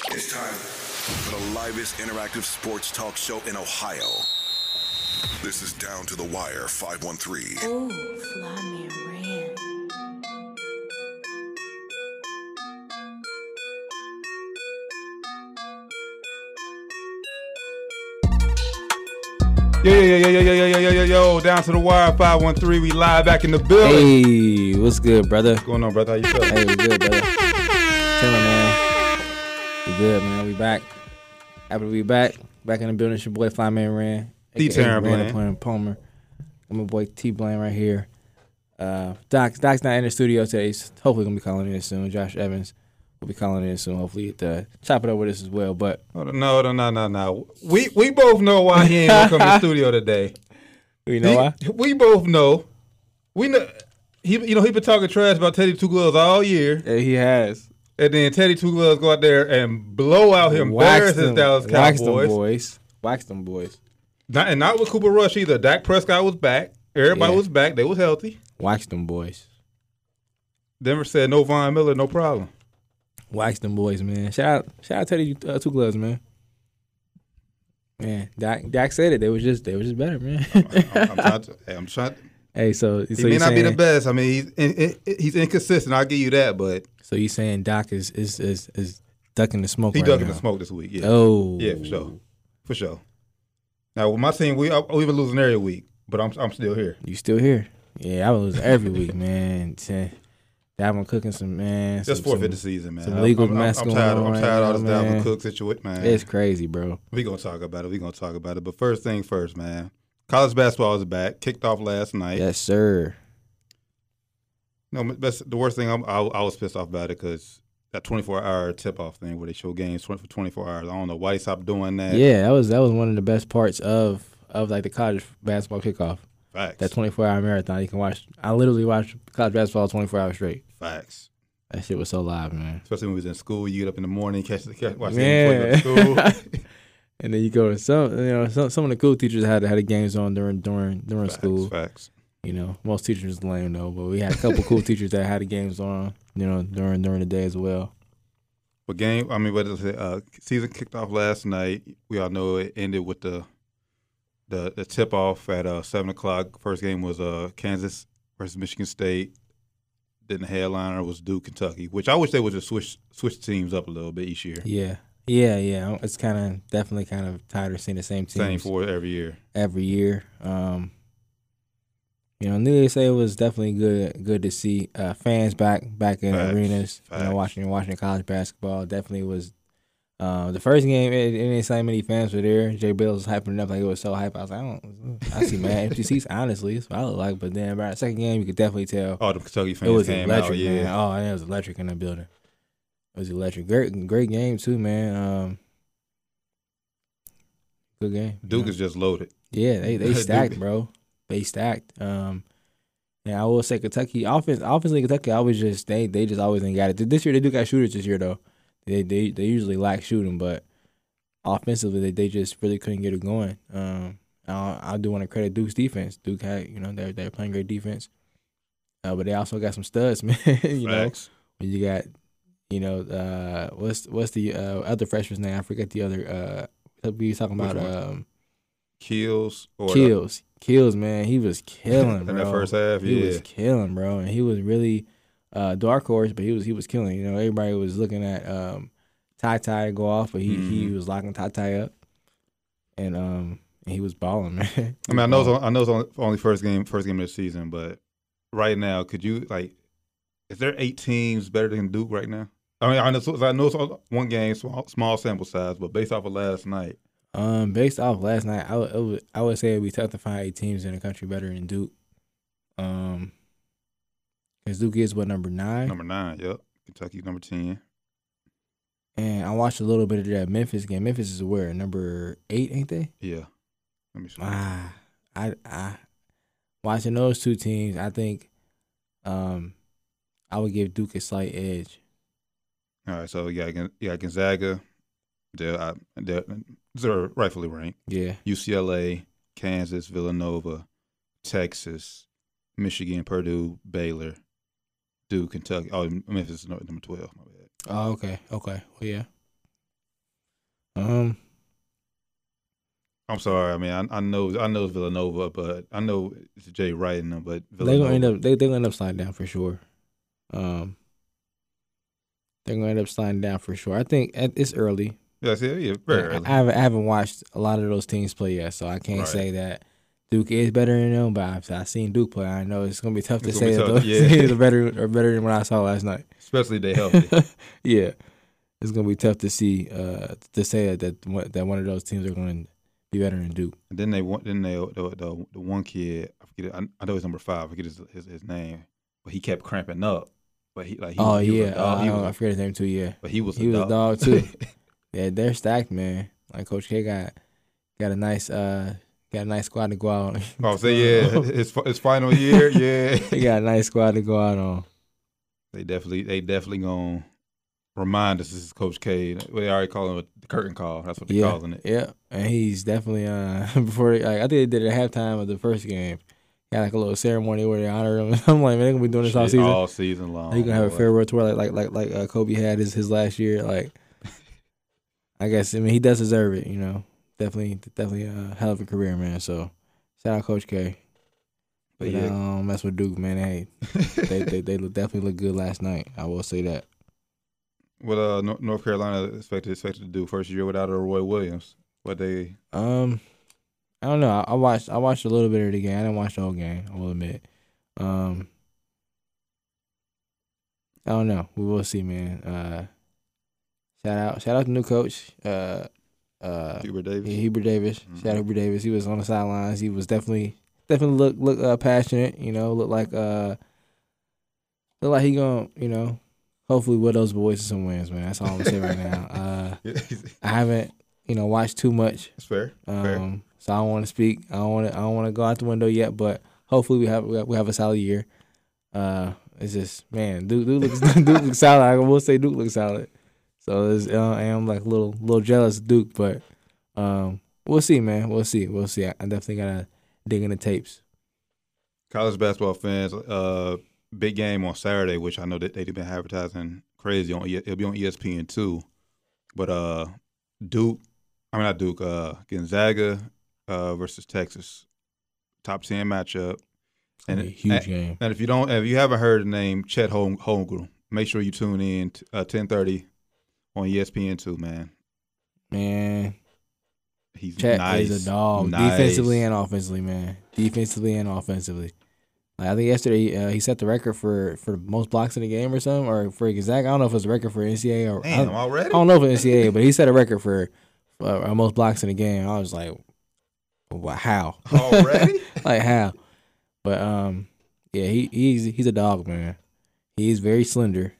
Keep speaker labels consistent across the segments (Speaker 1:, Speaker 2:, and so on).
Speaker 1: time for the livest interactive sports talk show in Ohio. This is Down to the Wire 513.
Speaker 2: Oh, fly me ran.
Speaker 3: Yo, yo, yo, yo, yo, yo, yo, yo, yo, yo, down to the wire 513. We live back in the building. What's
Speaker 4: Hey, what's good, brother?
Speaker 3: going on, brother? How you feel?
Speaker 4: Hey, we good, brother. Chilling, man. We good, man. We back. Happy to be back. Back in the building. It's your boy Flyman Ran.
Speaker 3: D.
Speaker 4: aka
Speaker 3: Terran
Speaker 4: Randall
Speaker 3: Blaine.
Speaker 4: Palmer. I'm my boy T. Blaine right here. Uh, Doc, Doc's not in the studio today. He's hopefully gonna be calling in soon. Josh Evans will be calling in soon. Hopefully, at the chop it up with us as well. But
Speaker 3: Hold on, No, no, no, no, no. We we both know why he ain't gonna come to the studio today.
Speaker 4: you know
Speaker 3: He-
Speaker 4: why?
Speaker 3: We both know. We know. He, you know, he been talking trash about Teddy Two Gloves all year,
Speaker 4: Yeah, he has.
Speaker 3: and then Teddy Two Gloves go out there and blow out him, embarrass his Dallas
Speaker 4: Wax them
Speaker 3: Cowboys.
Speaker 4: boys. Wax them boys.
Speaker 3: Not, and not with Cooper Rush either. Dak Prescott was back. Everybody
Speaker 4: Yeah.
Speaker 3: was back. They was healthy.
Speaker 4: Wax them boys.
Speaker 3: Denver said no Von Miller, no problem.
Speaker 4: Wax them boys, man. Shout out, shout out Teddy uh, Two Gloves, man. Man, Dak, Dak said it. They was just, they was just better, man.
Speaker 3: I'm, I'm trying. To, I'm trying.
Speaker 4: hey, so, so
Speaker 3: He
Speaker 4: you
Speaker 3: may not
Speaker 4: saying,
Speaker 3: be the best. I mean, he's in, in, he's inconsistent. I'll give you that, but
Speaker 4: so you saying Doc is is is, is ducking the smoke?
Speaker 3: he
Speaker 4: right
Speaker 3: dug in
Speaker 4: now.
Speaker 3: the smoke this week. Yeah,
Speaker 4: Oh,
Speaker 3: yeah, for sure, for sure. Now with my team, we we've been losing every week, but I'm I'm still here.
Speaker 4: You still here? Yeah, I was every week, man. Ten- Dalvin cooking some man.
Speaker 3: Just
Speaker 4: some,
Speaker 3: forfeit
Speaker 4: some-
Speaker 3: the season, man.
Speaker 4: some
Speaker 3: I'm-
Speaker 4: legal
Speaker 3: I'm, I'm,
Speaker 4: mess
Speaker 3: I'm
Speaker 4: going
Speaker 3: tired.
Speaker 4: on
Speaker 3: I'm
Speaker 4: right
Speaker 3: tired
Speaker 4: now,
Speaker 3: of this Dalvin
Speaker 4: man.
Speaker 3: Cook situation, man.
Speaker 4: It's crazy, bro.
Speaker 3: we gonna talk about it. We gonna talk about it. But first thing first, man. College basketball is back. Kicked off last night.
Speaker 4: Yes, sir.
Speaker 3: No, but that's the worst thing. I'm, I, I was pissed off about it because that 24 hour tip off thing where they show games 20 for 24 hours. I don't know why they stopped doing that.
Speaker 4: Yeah, that was that was one of the best parts of of like the college basketball kickoff.
Speaker 3: Facts.
Speaker 4: That 24 hour marathon you can watch. I literally watched college basketball 24 hours straight.
Speaker 3: Facts.
Speaker 4: That shit was so live, man.
Speaker 3: Especially when we was in school, you get up in the morning, catch the catch, watch the game
Speaker 4: Yeah.
Speaker 3: before you go to school.
Speaker 4: And then you go to some, you know, some, some of the cool teachers had had the games on during during during
Speaker 3: facts,
Speaker 4: school.
Speaker 3: facts.
Speaker 4: You know, most teachers lame though, but we had a couple cool teachers that had the games on, you know, during during the day as well.
Speaker 3: But game, I mean, what is it? Uh, season kicked off last night. We all know it ended with the the, the tip off at uh, seven o'clock. First game was uh, Kansas versus Michigan State. Then the headliner was Duke, Kentucky, which I wish they would just switch switch teams up a little bit each year.
Speaker 4: Yeah, yeah, yeah. It's kind of definitely kind of tired of seeing the same teams.
Speaker 3: Same for every year.
Speaker 4: every year. Um, you know, needless to say, it was definitely good good to see uh, fans back back in
Speaker 3: Facts,
Speaker 4: arenas. You
Speaker 3: facts.
Speaker 4: know, watching watching college basketball definitely was. Uh, the first game, it, it didn't say many fans were there. Jay Bills was hyping it up like it was so hype. I was like, I, don't, I see man empty seats. Honestly, it's what I look like. But then by the second game, you could definitely tell
Speaker 3: All the Kentucky Oh, fans
Speaker 4: it was
Speaker 3: came
Speaker 4: electric,
Speaker 3: out. Yeah,
Speaker 4: man. Oh, and it was electric in that building. It was electric. Great, great game too, man. Um, good game. you
Speaker 3: Duke
Speaker 4: know?
Speaker 3: is just loaded.
Speaker 4: Yeah, they they
Speaker 3: Duke.
Speaker 4: stacked, bro. They stacked. Um, and I will say Kentucky offense, offensively Kentucky always just they they just always ain't got it. This year they do got shooters this year though. They they they usually lack shooting, but offensively they, they just really couldn't get it going. Um, I, I do want to credit Duke's defense. Duke had you know they're they're playing great defense, uh, but they also got some studs, man. you know
Speaker 3: Facts.
Speaker 4: when you got you know uh what's what's the uh, other freshman's name? I forget the other uh we was talking
Speaker 3: Which
Speaker 4: about
Speaker 3: one?
Speaker 4: um.
Speaker 3: Kills or
Speaker 4: Kills, kills, man. He was killing,
Speaker 3: in
Speaker 4: bro.
Speaker 3: that first half.
Speaker 4: he
Speaker 3: yeah,
Speaker 4: was killing, bro, and he was really uh, dark horse, but he was he was killing. You know, everybody was looking at um, Ty Ty go off, but he he
Speaker 3: Mhm.
Speaker 4: was locking Ty Ty up, and um and he was balling, man. He
Speaker 3: I mean, I
Speaker 4: was
Speaker 3: know it's
Speaker 4: balling.
Speaker 3: on- I know it's on- only first game, first game of the season, but right now, could you like, is there eight teams better than Duke right now? I mean, I know, I know it's on one game, small, small sample size, but based off of last night,
Speaker 4: Um, based off last night, I would, I would I would say it'd be tough to find eight teams in the country better than Duke. Um, because Duke is what number nine.
Speaker 3: number nine, yep, Kentucky number ten.
Speaker 4: and I watched a little bit of that Memphis game. Memphis is where number eight, ain't they?
Speaker 3: Yeah, let me see.
Speaker 4: Ah, I, I watching those two teams, I think um I would give Duke a slight edge.
Speaker 3: All right, so yeah, Gon- yeah, Gonzaga, they're, I- they're they're rightfully ranked.
Speaker 4: Yeah.
Speaker 3: UCLA, Kansas, Villanova, Texas, Michigan, Purdue, Baylor, Duke, Kentucky. Oh, Memphis is number twelve. My bad.
Speaker 4: Oh, okay. Okay. Well, yeah. Um,
Speaker 3: I'm sorry. I mean, I, I know I know it's Villanova, but I know it's Jay Wright and them, but
Speaker 4: they're
Speaker 3: Villanova.
Speaker 4: gonna end up they they're gonna end up sliding down for sure. Um, they're gonna end up sliding down for sure. I think at, it's early.
Speaker 3: Yeah, yeah, yeah very
Speaker 4: I-
Speaker 3: early.
Speaker 4: I, haven't, I haven't watched a lot of those teams play yet, so I can't
Speaker 3: Right.
Speaker 4: say that Duke is better than them. But I've, I've seen Duke play. I know it's gonna be tough to
Speaker 3: It's gonna
Speaker 4: say
Speaker 3: be
Speaker 4: that
Speaker 3: tough,
Speaker 4: those
Speaker 3: yeah.
Speaker 4: teams are better or better than what I saw last night.
Speaker 3: Especially they healthy.
Speaker 4: yeah, it's gonna be tough to see uh, to say that that one, that one of those teams are gonna be better than Duke.
Speaker 3: And then they want then they the, the, the one kid I forget I, I know he's number five I forget his, his his name but he kept cramping up but he like he,
Speaker 4: oh
Speaker 3: was- he was
Speaker 4: yeah,
Speaker 3: a dog.
Speaker 4: uh,
Speaker 3: he
Speaker 4: I,
Speaker 3: was,
Speaker 4: don't- I
Speaker 3: a-
Speaker 4: forget his name too. Yeah,
Speaker 3: but he was
Speaker 4: he
Speaker 3: a
Speaker 4: was
Speaker 3: dog,
Speaker 4: a dog too. yeah, they're stacked, man. Like Coach K got got a nice uh got a nice squad to go out. on.
Speaker 3: I'll Oh, say yeah his his final year yeah
Speaker 4: they got a nice squad to go out on.
Speaker 3: they definitely they definitely gonna remind us this is Coach K they already calling it the curtain call that's what they're
Speaker 4: Yeah.
Speaker 3: calling it
Speaker 4: Yeah, and he's definitely uh before like, I think they did it at halftime of the first game. Got like a little ceremony where they honor him. I'm like, man, they're gonna be doing this all
Speaker 3: Shit,
Speaker 4: season.
Speaker 3: all season long
Speaker 4: They're gonna have a
Speaker 3: boy.
Speaker 4: farewell tour like like like like uh, Kobe had his his last year. Like, I guess I mean he does deserve it. You know, definitely definitely a hell of a career, man. So shout out Coach K.
Speaker 3: But
Speaker 4: But yeah,
Speaker 3: yeah.
Speaker 4: um, that's what Duke, man. Hey, uh, they they they look, definitely look good last night. I will say that.
Speaker 3: what uh Nor- North Carolina expected expected to do first year without a Roy Williams what they
Speaker 4: Um, I don't know. I, I watched I watched a little bit of the game. I didn't watch the whole game. I will admit. Um, I don't know. We will see, man. Uh, shout out shout out to new coach. Uh, uh,
Speaker 3: Hubert Davis
Speaker 4: yeah, Hubert Davis. Shout out
Speaker 3: Mhm.
Speaker 4: Hubert Davis. He was on the sidelines. He was definitely definitely look look uh, passionate. You know, look like uh, look like he gonna you know, hopefully with those boys and some wins, man. That's all I'm gonna say right now. Uh, I haven't you know watched too much.
Speaker 3: it's fair Fair.
Speaker 4: Um, so I don't want to speak. I don't want to. I don't want to go out the window yet. But hopefully we have we have, we have a solid year. Uh, it's just man, Duke, Duke looks Duke looks solid. I will say Duke looks solid. So it's, uh, I am like a little little jealous of Duke, but um, we'll see, man. We'll see. We'll see. I, I definitely gotta dig in the tapes.
Speaker 3: college basketball fans, uh, big game on Saturday, which I know that they've been advertising crazy on. E- It'll be on ESPN two, but uh, Duke, I mean not Duke, uh, Gonzaga uh, versus Texas, top ten matchup.
Speaker 4: It's gonna
Speaker 3: And
Speaker 4: be a huge
Speaker 3: it-
Speaker 4: game.
Speaker 3: And if you don't, if you haven't heard the name Chet Holm- Holmgren, make sure you tune in t- uh, ten thirty on E ESPN two. Man,
Speaker 4: Man,
Speaker 3: he's
Speaker 4: Chet
Speaker 3: nice.
Speaker 4: is a dog,
Speaker 3: Nice.
Speaker 4: defensively and offensively, man. Defensively and offensively. Like, I think yesterday uh, he set the record for for most blocks in the game or something, or for exact. I don't know if it was a record for NCAA or I,
Speaker 3: Damn,
Speaker 4: don't- I
Speaker 3: already.
Speaker 4: don't know if it's NCAA, but he set a record for uh, most blocks in the game. I was like, wow, how?
Speaker 3: Already?
Speaker 4: like how? But um, yeah, he he's he's a dog, man. He's very slender.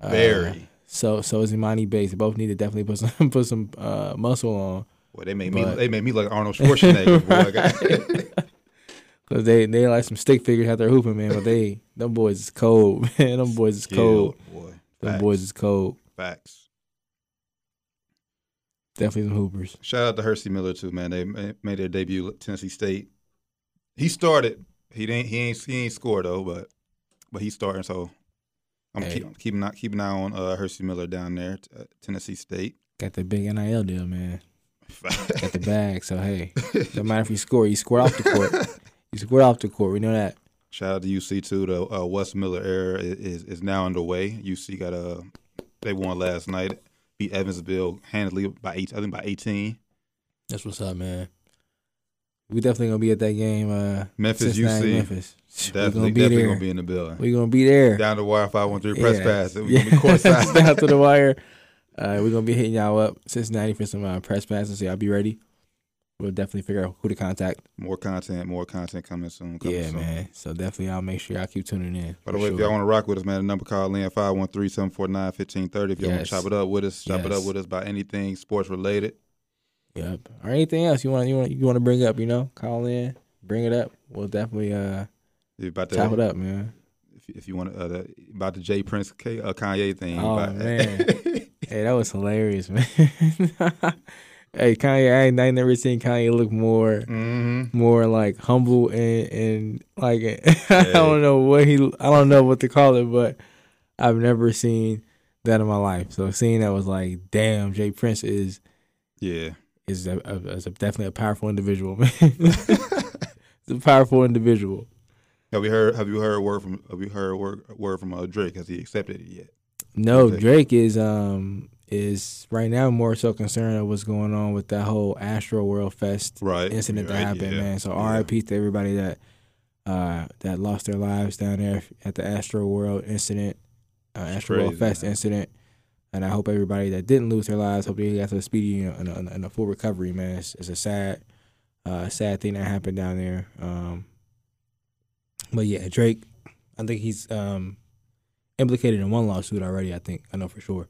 Speaker 4: Uh,
Speaker 3: Very.
Speaker 4: so so is Imani Bates. They both need to definitely put some put some uh, muscle on.
Speaker 3: Boy, they made me.
Speaker 4: But-
Speaker 3: They made me look like Arnold Schwarzenegger. boy.
Speaker 4: Cause they they like some stick figures out there hooping, man. But they them boys is cold, man. Them boys is cold.
Speaker 3: Killed, boy.
Speaker 4: Them
Speaker 3: Facts.
Speaker 4: boys is cold.
Speaker 3: Facts.
Speaker 4: Definitely some hoopers.
Speaker 3: Shout out to Hersey Miller too, man. They ma- made their debut at Tennessee State. He started. He didn't. He ain't. He ain't scored though, but but he's starting. So I'm
Speaker 4: Hey.
Speaker 3: keep, I'm keeping out keeping an eye on uh, Hersey Miller down there at uh, Tennessee State.
Speaker 4: Got the big NIL deal, man. Got the bag. So hey, don't matter if you score, you score off the court. You score off the court. We know that.
Speaker 3: Shout out to UC too. The uh, West Miller era i- is is now underway. UC got a they won last night. Beat Evansville handily by eight. I think by 18.
Speaker 4: That's what's up, man. We definitely gonna be at that game. Uh,
Speaker 3: Memphis
Speaker 4: Cincinnati,
Speaker 3: UC.
Speaker 4: Memphis.
Speaker 3: Definitely,
Speaker 4: we gonna be
Speaker 3: definitely
Speaker 4: there.
Speaker 3: gonna be in the building.
Speaker 4: we gonna be there.
Speaker 3: down to wire 513 press
Speaker 4: Yeah.
Speaker 3: pass. We're
Speaker 4: Yeah.
Speaker 3: gonna be courtside.
Speaker 4: down to the wire. Uh, we're gonna be hitting y'all up Cincinnati for some uh, press passes. So y'all be ready. We'll definitely figure out who to contact.
Speaker 3: More content, more content coming soon. Coming
Speaker 4: yeah,
Speaker 3: soon.
Speaker 4: man. So definitely, I'll make sure y'all keep tuning in.
Speaker 3: By the way,
Speaker 4: for
Speaker 3: if
Speaker 4: sure.
Speaker 3: y'all want to rock with us, man, the number call in 513-749-1530. If y'all want
Speaker 4: Yes.
Speaker 3: to chop it up with us, chop it up
Speaker 4: Yes.
Speaker 3: with us about anything sports related.
Speaker 4: yep. Or anything else you want, you want, you want to bring up, you know, call in, bring it up. We'll definitely uh
Speaker 3: If About the,
Speaker 4: top it up, man.
Speaker 3: If, if you want to, uh, the, about the Jay Prince K, uh, Kanye thing.
Speaker 4: Oh,
Speaker 3: about-
Speaker 4: man. Hey, that was hilarious, man. hey, Kanye, I ain't, I ain't never seen Kanye look more.
Speaker 3: Mhm.
Speaker 4: More like humble and and like I don't know what he I don't know what to call it, but I've never seen that in my life. So seeing that was like, damn, Jay Prince is
Speaker 3: Yeah.
Speaker 4: is a, a, is a definitely a powerful individual, man. He's a powerful individual.
Speaker 3: Have you heard? Have you heard word from? Have you heard word, word from uh, Drake? Has he accepted it yet?
Speaker 4: No,
Speaker 3: Okay.
Speaker 4: Drake is um is right now more so concerned of what's going on with that whole Astro World Fest
Speaker 3: Right.
Speaker 4: incident that
Speaker 3: Right,
Speaker 4: happened,
Speaker 3: yeah.
Speaker 4: man. So
Speaker 3: Yeah.
Speaker 4: R.I.P. to everybody that uh that lost their lives down there at the Astro World incident, uh, Astro World
Speaker 3: crazy,
Speaker 4: Fest
Speaker 3: man.
Speaker 4: incident. And I hope everybody that didn't lose their lives, hope they got to a speedy and a, and a- and a full recovery, man. It's, it's a sad, uh, sad thing that happened down there. Um, but yeah, Drake, I think he's um, implicated in one lawsuit already. I think I know for sure.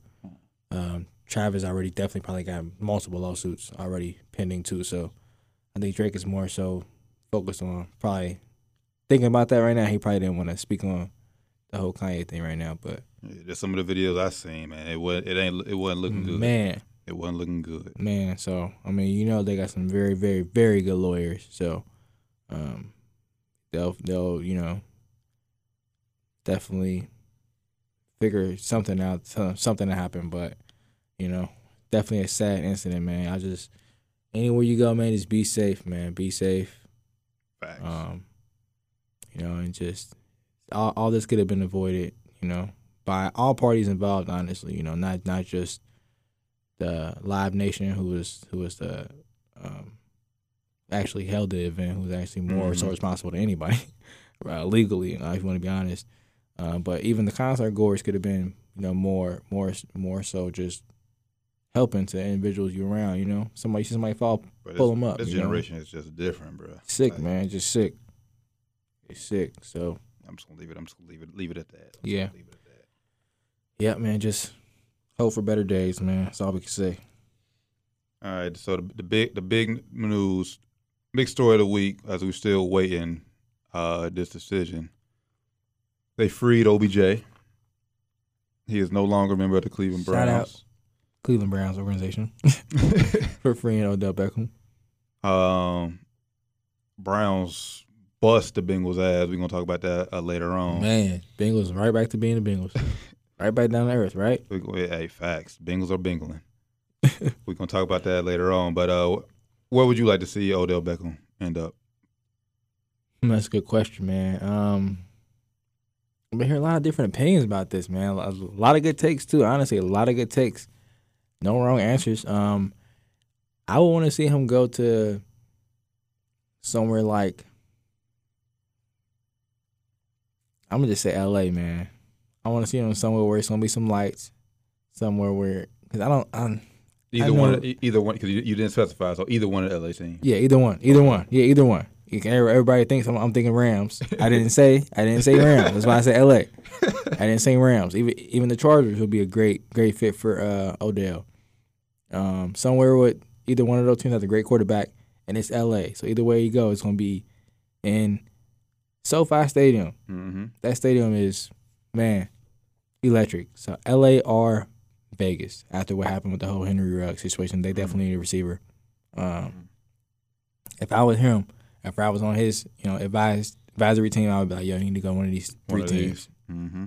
Speaker 4: Um, Travis already definitely probably got multiple lawsuits already pending too. So I think Drake is more so focused on probably thinking about that right now. He probably didn't want to speak on the whole Kanye thing right now, but
Speaker 3: Yeah, There's some of the videos I seen, man. It was it ain't it wasn't looking good.
Speaker 4: man,
Speaker 3: It wasn't looking good.
Speaker 4: man. So I mean, you know, they got some very, very, very good lawyers. So um, they'll they'll you know definitely figure something out, so- something to happen. But you know, definitely a sad incident, man. I just anywhere you go, man, just be safe, man. Be safe.
Speaker 3: Facts.
Speaker 4: Um, you know, and just all, all this could have been avoided, you know, by all parties involved. Honestly, you know, not not just the Live Nation, who was who was the um, actually held the event, who's actually more so
Speaker 3: Mhm.
Speaker 4: responsible to anybody uh, legally. Uh, if you want to be honest, uh, but even the concert goers could have been, you know, more more more so just helping to individuals you around. You know, somebody you see somebody fall,
Speaker 3: But
Speaker 4: pull
Speaker 3: this-
Speaker 4: 'em up,
Speaker 3: This
Speaker 4: you know?
Speaker 3: generation is just different, bro.
Speaker 4: sick
Speaker 3: Like,
Speaker 4: man, just sick. It's sick. So.
Speaker 3: I'm just gonna leave it. I'm just gonna leave it. Leave it at that. I'm just gonna
Speaker 4: Yeah.
Speaker 3: Leave it at that.
Speaker 4: Yeah, man, just hope for better days, man. That's all we can say.
Speaker 3: All right. So the, the big the big news, big story of the week, as we're still waiting uh, this decision. They freed OBJ. He is no longer a member of the Cleveland
Speaker 4: Shout out.
Speaker 3: Browns.
Speaker 4: Cleveland Browns organization for freeing Odell Beckham.
Speaker 3: um, Browns bust the Bengals ass. We're gonna talk about that uh, later on.
Speaker 4: Man, Bengals right back to being the Bengals, right back down to earth, right?
Speaker 3: We, we, hey, facts. Bengals are bingling. We're gonna talk about that later on. But uh, where would you like to see Odell Beckham end up?
Speaker 4: Hmm, That's a good question, man. Um, I've been hearing a lot of different opinions about this, man. A lot of good takes too. Honestly, a lot of good takes. No wrong answers. Um, I would want to see him go to somewhere like I'm gonna just say L.A. Man. I want to see him somewhere where it's gonna be some lights, somewhere where because I don't. I'm, I
Speaker 3: Either one,
Speaker 4: know-
Speaker 3: e- either one, because you, you didn't specify. So either one of the LA teams.
Speaker 4: Yeah, either one. Either one. Yeah, either one. You can- Everybody thinks I'm, I'm thinking Rams. I didn't say I didn't say Rams. That's why I said LA. I didn't say Rams. Even even the Chargers would be a great great fit for uh, Odell. Um, somewhere with either one of those teams has a great quarterback, and it's LA. So either way you go, it's going to be in SoFi Stadium
Speaker 3: Mm-hmm.
Speaker 4: that stadium is man electric. So L.A. or Vegas after what happened with the whole Henry Ruggs situation, they definitely need a receiver. Um, if I was him, if I was on his you know advised advisory team, I would be like, yo, you need to go one of these
Speaker 3: One
Speaker 4: three
Speaker 3: of
Speaker 4: teams.
Speaker 3: these. Mm-hmm.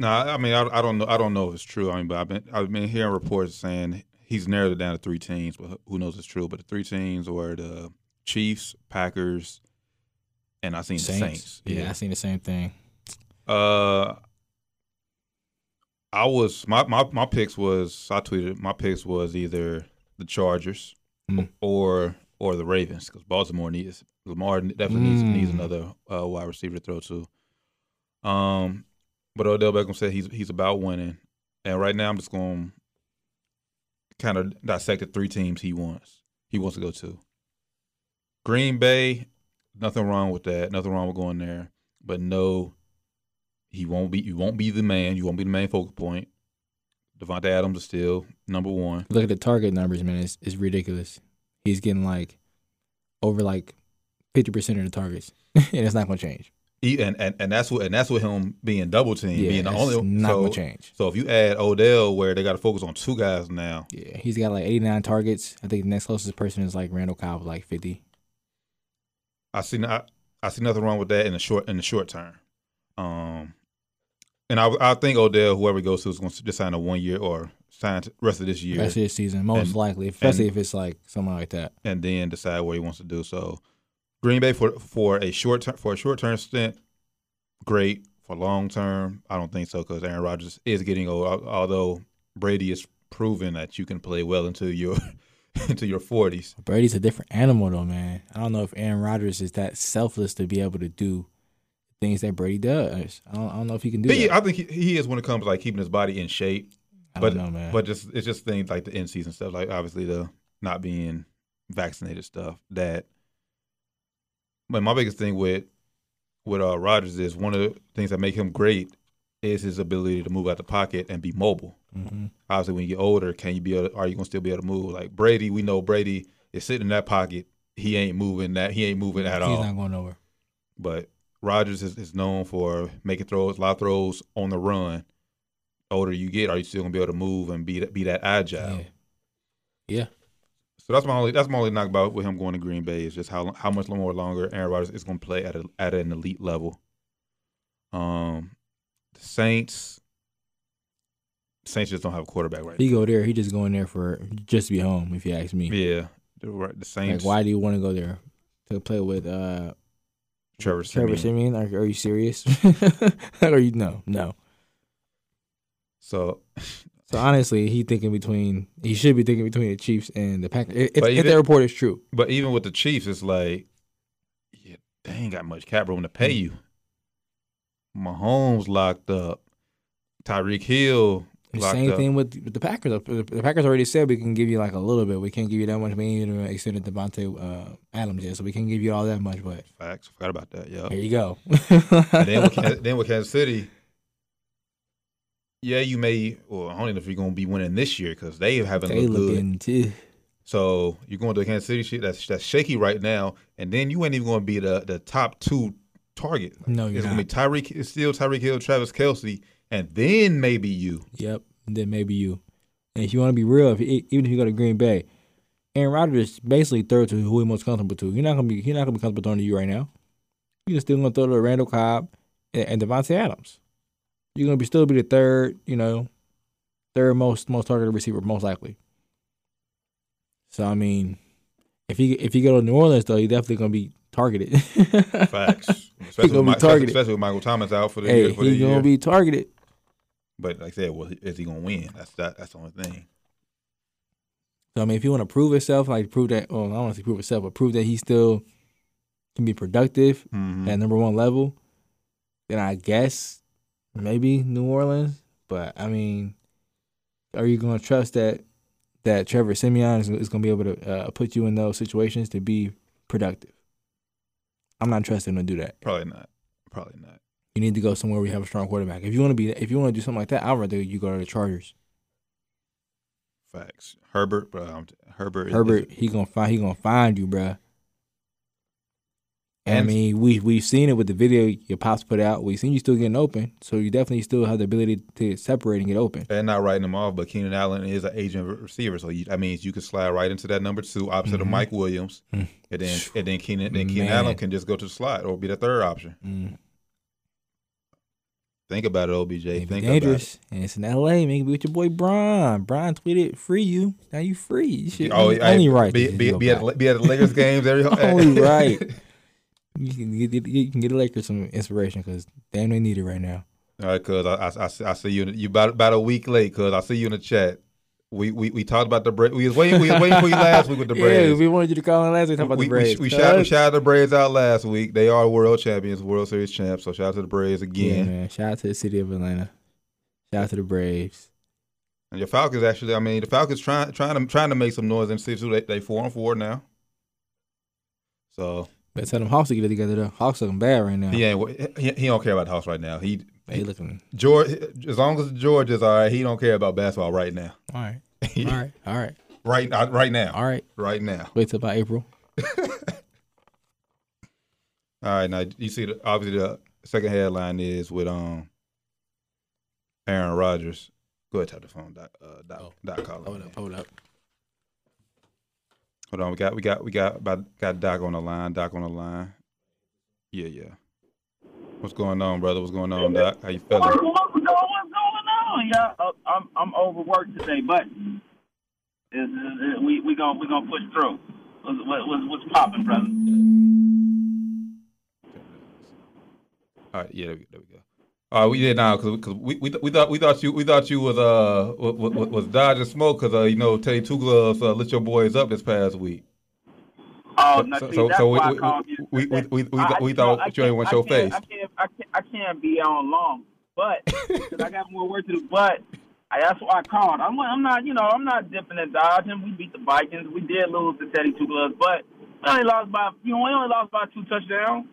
Speaker 3: No, I I mean I, I don't know. I don't know if it's true. I mean, but I've been I've been hearing reports saying he's narrowed it down to three teams. But who knows if it's true? But the three teams were the Chiefs, Packers, and I seen
Speaker 4: Saints.
Speaker 3: the Saints.
Speaker 4: Yeah, I seen the same thing.
Speaker 3: Uh, I was my, my my picks was I tweeted my picks was either the Chargers
Speaker 4: Mm.
Speaker 3: or or the Ravens because Baltimore needs Lamar definitely needs,
Speaker 4: Mm.
Speaker 3: needs another uh, wide receiver to throw to. Um, but Odell Beckham said he's he's about winning, and right now I'm just going to kind of dissect the three teams he wants he wants to go to. Green Bay, nothing wrong with that. Nothing wrong with going there, but no he won't be you won't be the man. You won't be the main focal point. Devontae Adams is still number one.
Speaker 4: Look at the target numbers, man. It's, it's ridiculous. He's getting like over like fifty percent of the targets, and it's not going to change.
Speaker 3: He, and, and and that's what and that's with him being double teamed,
Speaker 4: Yeah,
Speaker 3: being the
Speaker 4: it's
Speaker 3: only
Speaker 4: not
Speaker 3: so,
Speaker 4: going to change.
Speaker 3: So if you add Odell, where they got to focus on two guys now,
Speaker 4: Yeah, he's got like 89 targets. I think the next closest person is like Randall Cobb, with, like 50.
Speaker 3: I see I, I see nothing wrong with that in the short in the short term. Um, and I I think Odell, whoever he goes to, is going to just sign a one year or signed rest of this year,
Speaker 4: That's his season, most
Speaker 3: And-
Speaker 4: likely, especially if it's like something like that.
Speaker 3: and then decide what he wants to do. So, Green Bay for for a short term for a short term stint, great. For long term, I don't think so because Aaron Rodgers is getting old. al- Although Brady is proven that you can play well into your into your forties.
Speaker 4: Brady's a different animal though, man. I don't know if Aaron Rodgers is that selfless to be able to do things that Brady does. I don't, I don't know if he can do
Speaker 3: He,
Speaker 4: that.
Speaker 3: I think he, he is when it comes to, like keeping his body in shape.
Speaker 4: I
Speaker 3: but
Speaker 4: don't know, man.
Speaker 3: but just it's just things like the end season stuff, like obviously the not being vaccinated stuff. That, but my biggest thing with with uh, Rodgers is one of the things that make him great is his ability to move out the pocket and be mobile.
Speaker 4: Mhm.
Speaker 3: Obviously, when you get older, can you be? Able to, are you gonna still be able to move? Like Brady, we know Brady is sitting in that pocket. He ain't moving that. He ain't moving at
Speaker 4: he's
Speaker 3: all.
Speaker 4: not going nowhere.
Speaker 3: But Rodgers is, is known for making throws, a lot of throws on the run. Older you get, are you still gonna be able to move and be that- be that agile?
Speaker 4: Yeah. yeah,
Speaker 3: So that's my only that's my only knock about with him going to Green Bay is just how how much more longer Aaron Rodgers is gonna play at a, at an elite level. Um, the Saints, Saints just don't have a quarterback right
Speaker 4: If he go there. He just going there for just to be home. If you ask me,
Speaker 3: now. Yeah, the, right, the
Speaker 4: like
Speaker 3: Saints.
Speaker 4: why do you want to go there to play with uh
Speaker 3: Trevor
Speaker 4: Trevor
Speaker 3: Siemian.
Speaker 4: Simeon? Are, are you serious? are you no no?
Speaker 3: So,
Speaker 4: So honestly, he thinking between he should be thinking between the Chiefs and the Packers. If,
Speaker 3: But
Speaker 4: if
Speaker 3: even-
Speaker 4: the report is true,
Speaker 3: but even with the Chiefs, it's like, yeah, they ain't got much cap room to pay
Speaker 4: Mm.
Speaker 3: you. Mahomes locked up. Tyreek Hill
Speaker 4: The
Speaker 3: locked
Speaker 4: Same
Speaker 3: up.
Speaker 4: thing with with the Packers. The the Packers already said we can give you like a little bit. We can't give you that much. We ain't even extended Devontae uh, Adams yet, so we can't give you all that much. But
Speaker 3: Facts. Forgot about that. Yeah.
Speaker 4: here you go.
Speaker 3: And then with, Kan- then with Kansas City, yeah, you may. Well, I don't know if you're gonna be winning this year because they haven't
Speaker 4: they
Speaker 3: looked good.
Speaker 4: looking too.
Speaker 3: So you're going to Kansas City shit that's that's shaky right now, and then you ain't even going to be the the top two target.
Speaker 4: No, you're
Speaker 3: it's going to be Tyreek. It's still Tyreek Hill, Travis Kelsey, and then maybe you.
Speaker 4: Yep. Then maybe you. And if you want to be real, if e- even if you go to Green Bay, Aaron Rodgers basically third to who he most comfortable to. You're not gonna be he's not gonna be comfortable throwing to you right now. You're still gonna throw to Randall Cobb and, and Devontae Adams. You're gonna be still be the third, you know, third most most targeted receiver most likely. So I mean, if you if you go to New Orleans though, you're definitely gonna be targeted.
Speaker 3: Facts,
Speaker 4: He
Speaker 3: especially,
Speaker 4: gonna
Speaker 3: with
Speaker 4: be
Speaker 3: Mi-
Speaker 4: targeted.
Speaker 3: especially with Michael Thomas out for the
Speaker 4: hey,
Speaker 3: year. For the
Speaker 4: he's gonna
Speaker 3: year.
Speaker 4: be targeted.
Speaker 3: but like I said, well, is he going to win? That's that, that's the only thing.
Speaker 4: So I mean, if you want to prove yourself, like prove that, well, I don't want to say prove yourself, but prove that he still can be productive
Speaker 3: Mhm.
Speaker 4: at number one level, then I guess maybe New Orleans. But I mean, are you going to trust that that Trevor Simeon is, is going to be able to uh, put you in those situations to be productive? I'm not trusting him to do that.
Speaker 3: Probably not. Probably not.
Speaker 4: You need to go somewhere where you have a strong quarterback. If you want to be, if you want to do something like that, I'd rather you go to the Chargers.
Speaker 3: Facts. Herbert, but um, Herbert. is-
Speaker 4: Herbert, he gonna find he gonna find you, bruh. I
Speaker 3: And-
Speaker 4: mean, we we've seen it with the video your pops put out. We've seen you still getting open, so you definitely still have the ability to separate and get open.
Speaker 3: and not writing him off, but Keenan Allen is an agent re- receiver, so you, that means you can slide right into that number two opposite of
Speaker 4: Mhm.
Speaker 3: Mike Williams,
Speaker 4: Mm.
Speaker 3: and then and then Keenan then
Speaker 4: Man.
Speaker 3: Keenan Allen can just go to the slot or be the third option.
Speaker 4: Mm,
Speaker 3: Think about it, OBJ.
Speaker 4: it'd be
Speaker 3: Think
Speaker 4: dangerous, and it's in L.A. Maybe with your boy Brian. Brian tweeted, "Free you, now you free."
Speaker 3: about
Speaker 4: You
Speaker 3: it.
Speaker 4: should only, only
Speaker 3: Oh, hey,
Speaker 4: right.
Speaker 3: Be,
Speaker 4: to
Speaker 3: be,
Speaker 4: go
Speaker 3: be at
Speaker 4: back.
Speaker 3: the- be at the Lakers games every
Speaker 4: Only Oh, right. You can get you can get the Lakers some inspiration because damn, they need it right now.
Speaker 3: All right, cuz I, I, I see- I see you in, you about, about a week late, cuz I see you in the chat. We we, we talked about the bread. We was waiting we was waiting for you last week with the
Speaker 4: yeah,
Speaker 3: braids.
Speaker 4: we wanted you to call in last week. Talk about
Speaker 3: we,
Speaker 4: the
Speaker 3: we,
Speaker 4: Braves.
Speaker 3: we, shout, we
Speaker 4: cuz.
Speaker 3: shouted the Braves out last week. They are world champions, World Series champs. So shout out to the Braves
Speaker 4: Yeah,
Speaker 3: again.
Speaker 4: man. Shout out to the city of Atlanta. Shout out to the Braves.
Speaker 3: And your Falcons actually, I mean, the Falcons trying trying to trying to make some noise in the too. They they four and four now. So
Speaker 4: Better tell them Hawks to get it together though. Hawks looking bad right now.
Speaker 3: he ain't he, he don't care about the house right now. He
Speaker 4: They looking
Speaker 3: George as long as George is all right, he don't care about basketball right now.
Speaker 4: all right. All right. All right.
Speaker 3: right uh, right now.
Speaker 4: All right.
Speaker 3: Right now.
Speaker 4: Wait till about April.
Speaker 3: All right, now you see the obviously the second headline is with um Aaron Rodgers. Go ahead, tap the phone. Doc, uh, doc,
Speaker 4: Oh.
Speaker 3: doc Collins. Hold, on.
Speaker 4: hold up.
Speaker 3: hold on, we got we got we got about got Doc on the line. Doc on the line. Yeah, yeah. What's going on, brother? What's going on, Doc? How you feeling?
Speaker 5: What's going on? What's going on? Oh yeah, uh, I'm I'm overworked today, but it, it, it, we we gonna we gonna push through. What's, what, what's, what's popping, brother?
Speaker 3: All right, yeah, there we, there we go. All right, we did now because we, we we thought we thought you we thought you was uh was, was, was dodging smoke because uh you know Teddy Two Gloves uh, lit your boys up this past week.
Speaker 5: Oh, no,
Speaker 3: So
Speaker 5: see,
Speaker 3: so,
Speaker 5: that's
Speaker 3: so we,
Speaker 5: why I
Speaker 3: we,
Speaker 5: called you.
Speaker 3: we, we, we, we,
Speaker 5: I- I-
Speaker 3: we
Speaker 5: I
Speaker 3: thought you
Speaker 5: can't-
Speaker 3: ain't want
Speaker 5: I
Speaker 3: your
Speaker 5: can't-
Speaker 3: face.
Speaker 5: I can't, I can't, I can't be on long, but 'cause I got more work to do. But I, that's why I called. I'm, I'm not, you know, I'm not dipping and dodging. We beat the Vikings. We did lose to Teddy Two Gloves, but we only lost by, you know, we only lost by two touchdowns.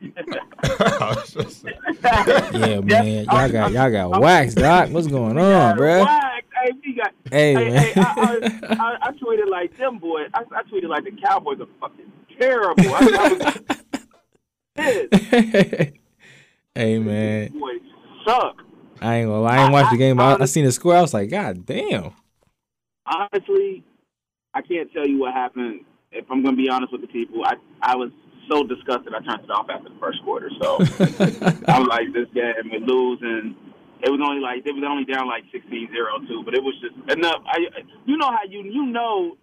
Speaker 4: Yeah,
Speaker 5: yeah,
Speaker 4: man. Y'all got y'all got waxed, Doc. What's going on, bruh?
Speaker 5: Whack. Hey, we got.
Speaker 4: Hey,
Speaker 5: hey,
Speaker 4: man.
Speaker 5: hey, I, I, I, I tweeted like them boys. I, I tweeted like the Cowboys are fucking terrible. I, I was, this
Speaker 4: hey man,
Speaker 5: boys suck.
Speaker 4: I ain't gonna lie. I ain't watched the game. But I, I seen the score. I was like, God damn.
Speaker 5: Honestly, I can't tell you what happened. If I'm going to be honest with the people, I I was so disgusted. I turned it off after the first quarter. So I was like, this game we lose and. It was only like it was only down like 16-0 too, but it was just enough. I, you know how you you know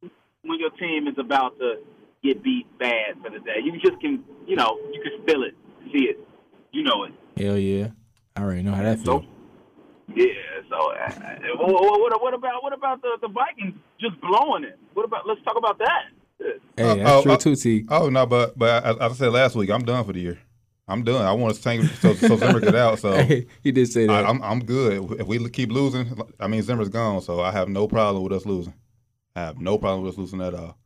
Speaker 5: when your team is about to get beat bad for the day. You just can, you know, you can feel it, see it, you know it.
Speaker 4: Hell yeah. I already know how that feels.
Speaker 5: So, yeah. So, uh, uh, what, what, what about what about the the Vikings just blowing it? What about let's talk about that?
Speaker 4: Hey,
Speaker 3: Oh,
Speaker 4: that's true
Speaker 3: oh,
Speaker 4: too, T.
Speaker 3: Oh no, but but as as I said last week, I'm done for the year. I'm done. I want to tank so so Zimmer get out. So
Speaker 4: Hey, he did say
Speaker 3: I,
Speaker 4: that.
Speaker 3: I'm I'm good. If we keep losing, I mean Zimmer's gone, so I have no problem with us losing. I have no problem with us losing at all.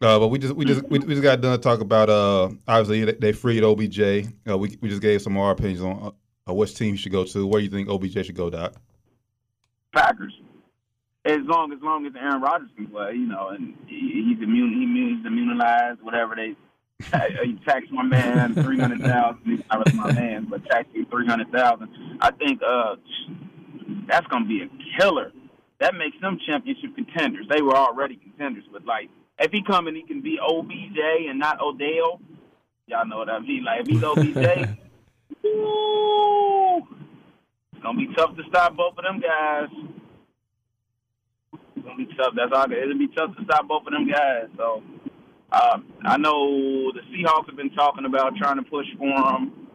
Speaker 3: Uh, but we just we just we, we just got done talk about uh obviously they, they freed OBJ. Uh, we we just gave some more opinions on uh, which team he should go to. Where you think OBJ should go, Doc?
Speaker 5: Packers. As long as long as Aaron Rodgers can play, you know, and he, he's immune, he immune, he's immunized. Whatever they uh, you tax my man three hundred thousand. I was my man, but tax him three hundred thousand. I think uh, that's gonna be a killer. That makes them championship contenders. They were already contenders, but like if he come and he can be OBJ and not Odell, y'all know what I mean. Like if he's OBJ, ooh, it's gonna be tough to stop both of them guys. It's gonna be tough. That's all. It'll be tough to stop both of them guys. So uh, I know the Seahawks have been talking about trying to push for him.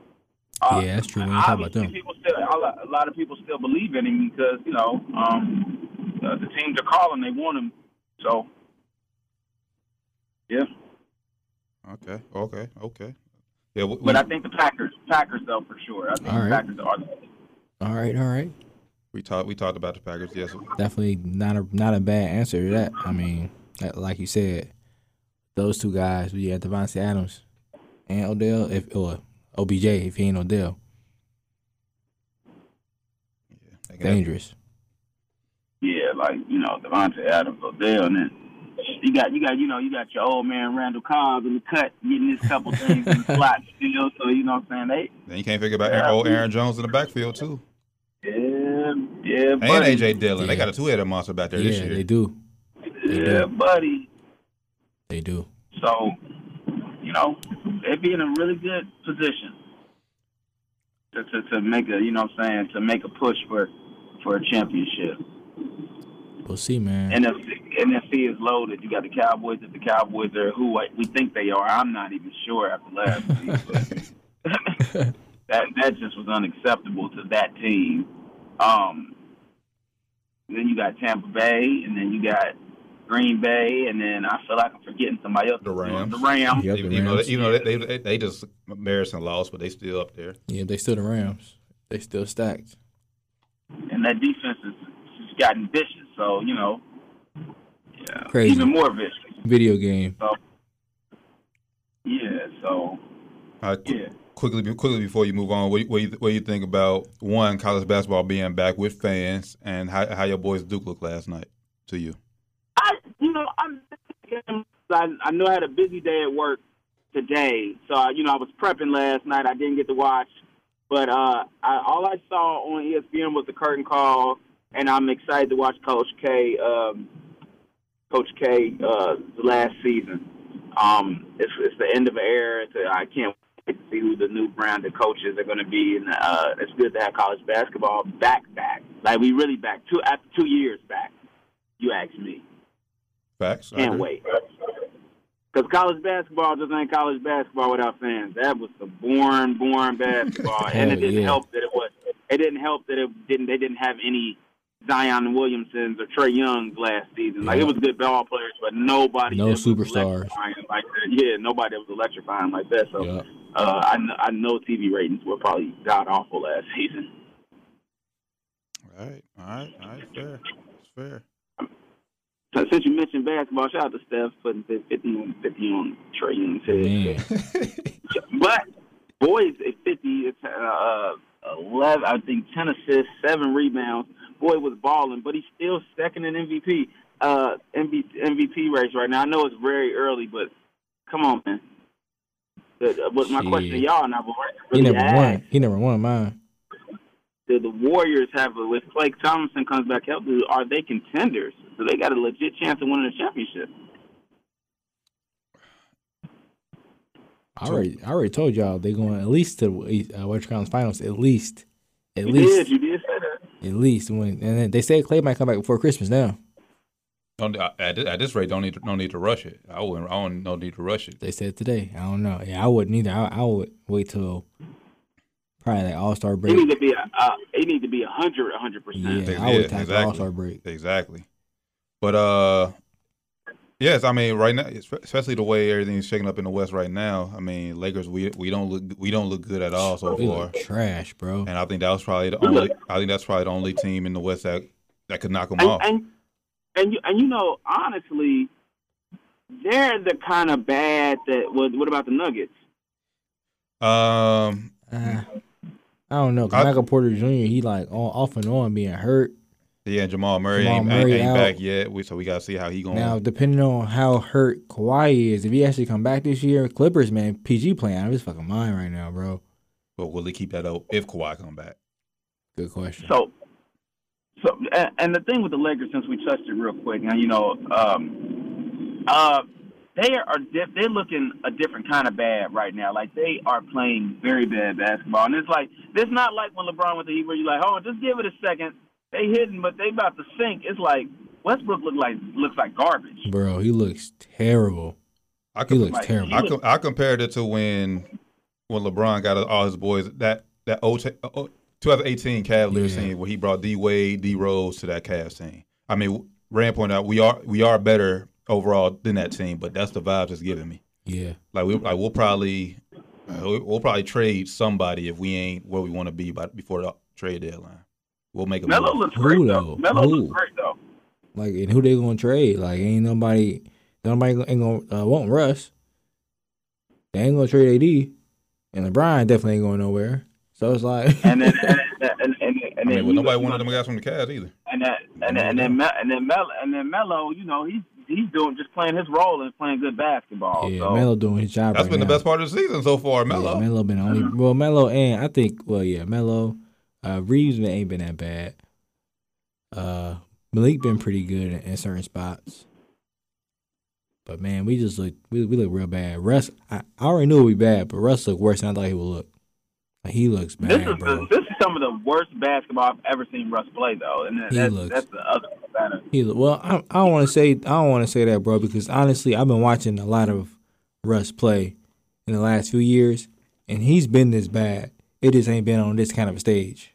Speaker 5: Uh,
Speaker 4: Yeah, that's true. We ain't talking about
Speaker 5: obviously
Speaker 4: them.
Speaker 5: People still, a lot- a lot of people still believe in him because you know um, uh, the teams are calling. They want him. So yeah.
Speaker 3: Okay, okay, okay. Yeah, we, we,
Speaker 5: But I think the Packers, Packers though for sure. I think
Speaker 4: All right.
Speaker 5: the Packers are.
Speaker 4: all right, all right.
Speaker 3: we talked we talked about the Packers. Yes,
Speaker 4: Definitely not a not a bad answer to that. I mean, that- like you said, those two guys, we had Devontae Adams and Odell, if or OBJ, if he ain't Odell, dangerous.
Speaker 5: Yeah, like you know Devontae Adams, Odell, and then you got you got you know you got your old man Randall Cobb in the cut, getting his couple things in the slot still. So you know what I'm saying
Speaker 3: Then you can't figure about Aaron, old Aaron Jones in the backfield too,
Speaker 5: they. Yeah, yeah,
Speaker 3: and
Speaker 5: buddy.
Speaker 3: AJ Dillon. They
Speaker 4: Yeah.
Speaker 3: got a two-headed monster back there this
Speaker 4: Yeah,
Speaker 3: year.
Speaker 4: they do,
Speaker 5: yeah, buddy.
Speaker 4: they do.
Speaker 5: So you know they'd be in a really good position to to, to make a you know what I'm saying to make a push for for a championship.
Speaker 4: We'll see, man.
Speaker 5: NFC, NFC is loaded. You got the Cowboys. If the Cowboys are who I, we think they are, I'm not even sure after last week. but- that that just was unacceptable to that team. Um, then you got Tampa Bay, and then you got Green Bay, and then I feel like I'm forgetting somebody else.
Speaker 3: The Rams.
Speaker 5: The Rams.
Speaker 4: Yep,
Speaker 3: even,
Speaker 4: the
Speaker 3: um, even though,
Speaker 4: Rams.
Speaker 3: even though they, they they just embarrassed and lost, but they still up there.
Speaker 4: Yeah, they still the Rams. They still stacked.
Speaker 5: And that defense has just gotten vicious. So you know, yeah,
Speaker 4: Crazy.
Speaker 5: even more vicious.
Speaker 4: Video game.
Speaker 5: So yeah, so
Speaker 3: Uh, qu-
Speaker 5: yeah.
Speaker 3: Quickly, be- quickly before you move on, what, you- what, you, what you think about one college basketball being back with fans and how, how your boys Duke looked last night to you?
Speaker 5: I, you know, I'm. I, I know I had a busy day at work today, so I, you know I was prepping last night. I didn't get to watch, but uh, I, all I saw on E ESPN was the curtain call, and I'm excited to watch Coach K. Um, Coach K. Uh, last season. Um, it's, it's the end of an era. It's a, I can't to see who the new brand of coaches are going to be, and uh, it's good to have college basketball back, back. Like we really back two after two years back. You ask me,
Speaker 3: Facts. I
Speaker 5: can't
Speaker 3: agree.
Speaker 5: wait. Because college basketball just ain't college basketball without fans. That was some boring, boring basketball, and it
Speaker 4: Hell
Speaker 5: didn't
Speaker 4: yeah.
Speaker 5: help that it was. It didn't help that it didn't. They didn't have any Zion Williamsons or Trey Youngs last season. Like
Speaker 4: Yeah.
Speaker 5: it was good ball players, but nobody.
Speaker 4: No
Speaker 5: that was
Speaker 4: superstars.
Speaker 5: electrifying Like that. Yeah, nobody that was electrifying like that. So
Speaker 4: Yup.
Speaker 5: uh, I, kn- I know TV ratings were probably god awful last season.
Speaker 3: All right. All right. All right. Fair. It's fair.
Speaker 5: So since you mentioned basketball, shout out to Steph putting 50 on 50 on Trey Young's head.
Speaker 4: Man,
Speaker 5: But boys at 50, it's uh, 11, I think 10 assists, 7 rebounds. Boy was balling, but he's still second in MVP uh, MV MVP race right now. I know it's very early, but come on, man. But, uh, but my
Speaker 4: Shit.
Speaker 5: question to y'all now, but
Speaker 4: he
Speaker 5: really
Speaker 4: never
Speaker 5: ask,
Speaker 4: won. He never won mine.
Speaker 5: do the Warriors have, if Clay Thompson comes back healthy, are they contenders? So they got a legit chance of winning a championship.
Speaker 4: I already, I already told y'all they're going at least to the uh, Western Conference Finals. At least, at
Speaker 5: You
Speaker 4: least,
Speaker 5: did, you did say that.
Speaker 4: at least. When and then they say Clay might come back before Christmas now.
Speaker 3: Don't, I- at, this, at this rate, don't need to, no need to rush it. I wouldn't. I don't no need to rush it.
Speaker 4: They said today. I don't know. Yeah, I wouldn't either. I, I would wait till probably like All Star
Speaker 5: He
Speaker 4: break.
Speaker 5: need to be a, uh, he need to be a hundred, a hundred percent.
Speaker 4: Yeah, I
Speaker 3: Yeah,
Speaker 4: would tackle
Speaker 3: exactly.
Speaker 4: All Star break.
Speaker 3: Exactly. But uh, yes. I mean, right now, espe- especially the way everything's shaking up in the West right now. I mean, Lakers. We we don't look we don't look good at all so
Speaker 4: We
Speaker 3: far.
Speaker 4: look trash, bro.
Speaker 3: And I think that was probably the
Speaker 5: We
Speaker 3: only.
Speaker 5: look-
Speaker 3: I think that's probably the only team in the West that that could knock them
Speaker 5: And,
Speaker 3: off.
Speaker 5: and and you and you know, honestly, they're the kind of bad that. What, what about the Nuggets?
Speaker 3: um,
Speaker 4: Uh, I don't know. 'cause
Speaker 3: I-
Speaker 4: Michael Porter Jr. He like on, off and on being hurt.
Speaker 3: yeah, and Jamal Murray
Speaker 4: Jamal
Speaker 3: ain't, ain't-
Speaker 4: Murray
Speaker 3: ain't
Speaker 4: out.
Speaker 3: back yet. We, so we gotta see how he going.
Speaker 4: Now, depending on how hurt Kawhi is, if he actually come back this year, Clippers, man, PG playing out of his fucking mind right now, bro.
Speaker 3: but will he keep that up if Kawhi come back?
Speaker 4: Good question.
Speaker 5: So, so and, and the thing with the Lakers, since we touched it real quick, and you know, um, uh, they are diff- they're looking a different kind of bad right now. Like they are playing very bad basketball, and it's like it's not like when LeBron with the Heat, where you're like, oh, just give it a second. They hitting, but they about to sink. It's like Westbrook look like looks like garbage.
Speaker 4: bro, he looks terrible.
Speaker 3: I
Speaker 4: He
Speaker 3: could.
Speaker 4: looks
Speaker 5: Like,
Speaker 4: terrible.
Speaker 3: I, com- I compared it to when when LeBron got all his boys that that old t- uh, oh, 2018 Cavaliers
Speaker 4: Yeah.
Speaker 3: team where he brought D Wade, D Rose to that Cavs team. I mean, Rand pointed out we are we are better overall than that team, but that's the vibes it's giving me.
Speaker 4: Yeah,
Speaker 3: Like we like we'll probably uh, we'll we'll probably trade somebody if we ain't where we want to be by before the trade deadline. We'll make a
Speaker 5: Melo
Speaker 3: move.
Speaker 5: looks
Speaker 4: Who,
Speaker 5: great
Speaker 4: though?
Speaker 5: though. Melo
Speaker 4: Who?
Speaker 5: looks great though.
Speaker 4: like and who they gonna trade? Like ain't nobody, nobody gon- ain't gonna uh, want Russ. They ain't gonna trade AD, and LeBron definitely ain't going nowhere. So it's like,
Speaker 5: and then and and and, and,
Speaker 3: I
Speaker 5: and
Speaker 3: mean,
Speaker 5: then
Speaker 3: well,
Speaker 5: you
Speaker 3: nobody
Speaker 5: look-
Speaker 3: wanted them guys from the Cavs either.
Speaker 5: And then and then and then Mel, and then Melo and then Melo, you know, he's he's doing just playing his role and playing good basketball.
Speaker 4: yeah,
Speaker 5: so
Speaker 4: Melo doing his job.
Speaker 3: That's
Speaker 4: right
Speaker 3: been
Speaker 4: now.
Speaker 3: the best part of the season so far, Melo.
Speaker 4: Yeah, Melo been only well Melo and I think well yeah Melo, uh, Reeves been- ain't been that bad. Uh, Malik been pretty good in, in certain spots, but man, we just look we, we look real bad. Russ, I, I already knew it would be bad, but Russ looked worse than I thought he would look. Like, he looks
Speaker 5: this
Speaker 4: bad,
Speaker 5: is the,
Speaker 4: bro.
Speaker 5: this is some of the worst basketball I've ever seen Russ play though, and that,
Speaker 4: He
Speaker 5: that's,
Speaker 4: looks-
Speaker 5: that's the other side of it.
Speaker 4: He look, well, I, I don't want to say I don't want to say that, bro, because honestly, I've been watching a lot of Russ play in the last few years, and he's been this bad. It just ain't been on this kind of a stage.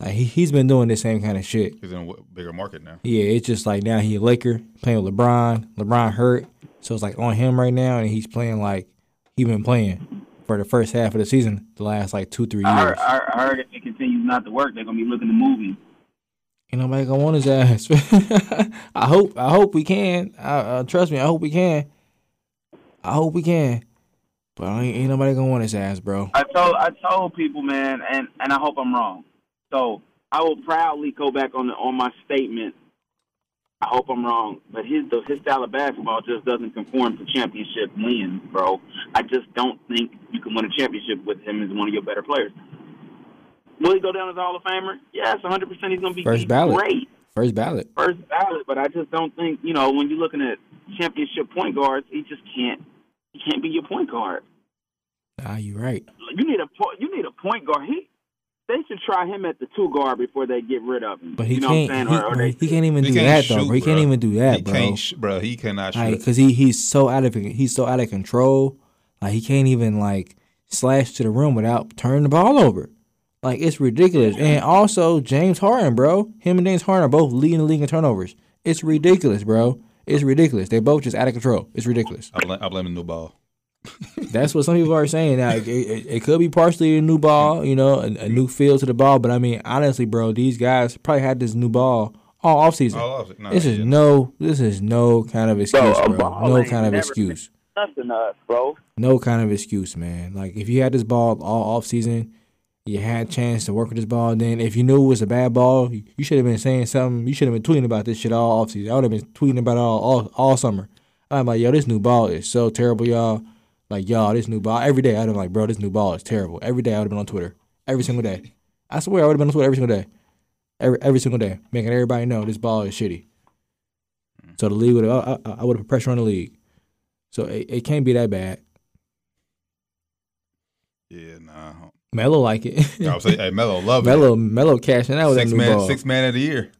Speaker 4: Like he he's been doing the same kind of shit.
Speaker 3: He's in a w- bigger market now.
Speaker 4: Yeah, it's just like now he a Laker playing with LeBron. LeBron hurt, so it's like on him right now, and he's playing like he been playing for the first half of the season, the last like two three
Speaker 5: I heard,
Speaker 4: years.
Speaker 5: I I heard if it continues not to work, they're gonna be looking to move him.
Speaker 4: Ain't nobody gonna want his ass. I hope. I hope we can. I, uh, trust me. I hope we can. I hope we can. But I ain't, ain't nobody gonna want his ass, bro.
Speaker 5: I told I told people, man, and and I hope I'm wrong. So I will proudly go back on the, on my statement. I hope I'm wrong, but his the, his style of basketball just doesn't conform to championship wins, bro. I just don't think you can win a championship with him as one of your better players. Will he go down as a Hall of Famer? Yes, 100. percent He's going to be
Speaker 4: First
Speaker 5: he's
Speaker 4: ballot.
Speaker 5: great
Speaker 4: First ballot.
Speaker 5: first ballot, but I just don't think you know when you're looking at championship point guards, he just can't he can't be your point guard.
Speaker 4: Ah, you right.
Speaker 5: You need a po- you need a point guard. He they should try him at the two guard before they get rid of him.
Speaker 4: But he
Speaker 5: you know
Speaker 4: can't.
Speaker 5: What I'm saying?
Speaker 4: he,
Speaker 5: or, or they,
Speaker 4: he can't even
Speaker 3: He
Speaker 4: do
Speaker 3: can't
Speaker 4: that though.
Speaker 3: shoot,
Speaker 4: bro. He can't
Speaker 3: bro.
Speaker 4: even do that,
Speaker 3: he
Speaker 4: bro.
Speaker 3: can't, sh- bro. He cannot shoot.
Speaker 4: Like, cause he he's so out of he's so out of control. Like he can't even like slash to the rim without turning the ball over. Like it's ridiculous. And also James Harden, bro. Him and James Harden are both leading the league in turnovers. It's ridiculous, bro. It's ridiculous. They both just out of control. It's ridiculous.
Speaker 3: I blame, I blame the new ball.
Speaker 4: That's what some people are saying. Now, it, it, it could be partially a new ball, you know, a, a new feel to the ball. But I mean, honestly, bro, these guys probably had this new ball all offseason.
Speaker 3: All off- nah,
Speaker 4: this is
Speaker 3: Oh, yeah.
Speaker 4: no, this is no kind of excuse,
Speaker 5: a
Speaker 4: bro.
Speaker 5: ball
Speaker 4: No
Speaker 5: ain't
Speaker 4: kind of
Speaker 5: never-
Speaker 4: excuse.
Speaker 5: nothing to us, bro.
Speaker 4: No kind of excuse, man. Like if you had this ball all offseason, you had a chance to work with this ball. Then if you knew it was a bad ball, you, you should have been saying something. You should have been tweeting about this shit all offseason. I would have been tweeting about it all all, all summer. I'm like, yo, this new ball is so terrible, y'all. Like, y'all, this new ball every day. I'd have been like, bro, this new ball is terrible. Every day I would have been on Twitter. Every single day. I swear I would have been on Twitter every single day. Every every single day, making everybody know this ball is shitty. So the league would I, I, I would have put pressure on the league. So it, it can't be that bad.
Speaker 3: Yeah, nah.
Speaker 4: Melo like it.
Speaker 3: I would say, hey, Melo, love it.
Speaker 4: Melo Melo cashing out with
Speaker 3: Six
Speaker 4: that new
Speaker 3: man,
Speaker 4: ball.
Speaker 3: six man of the year.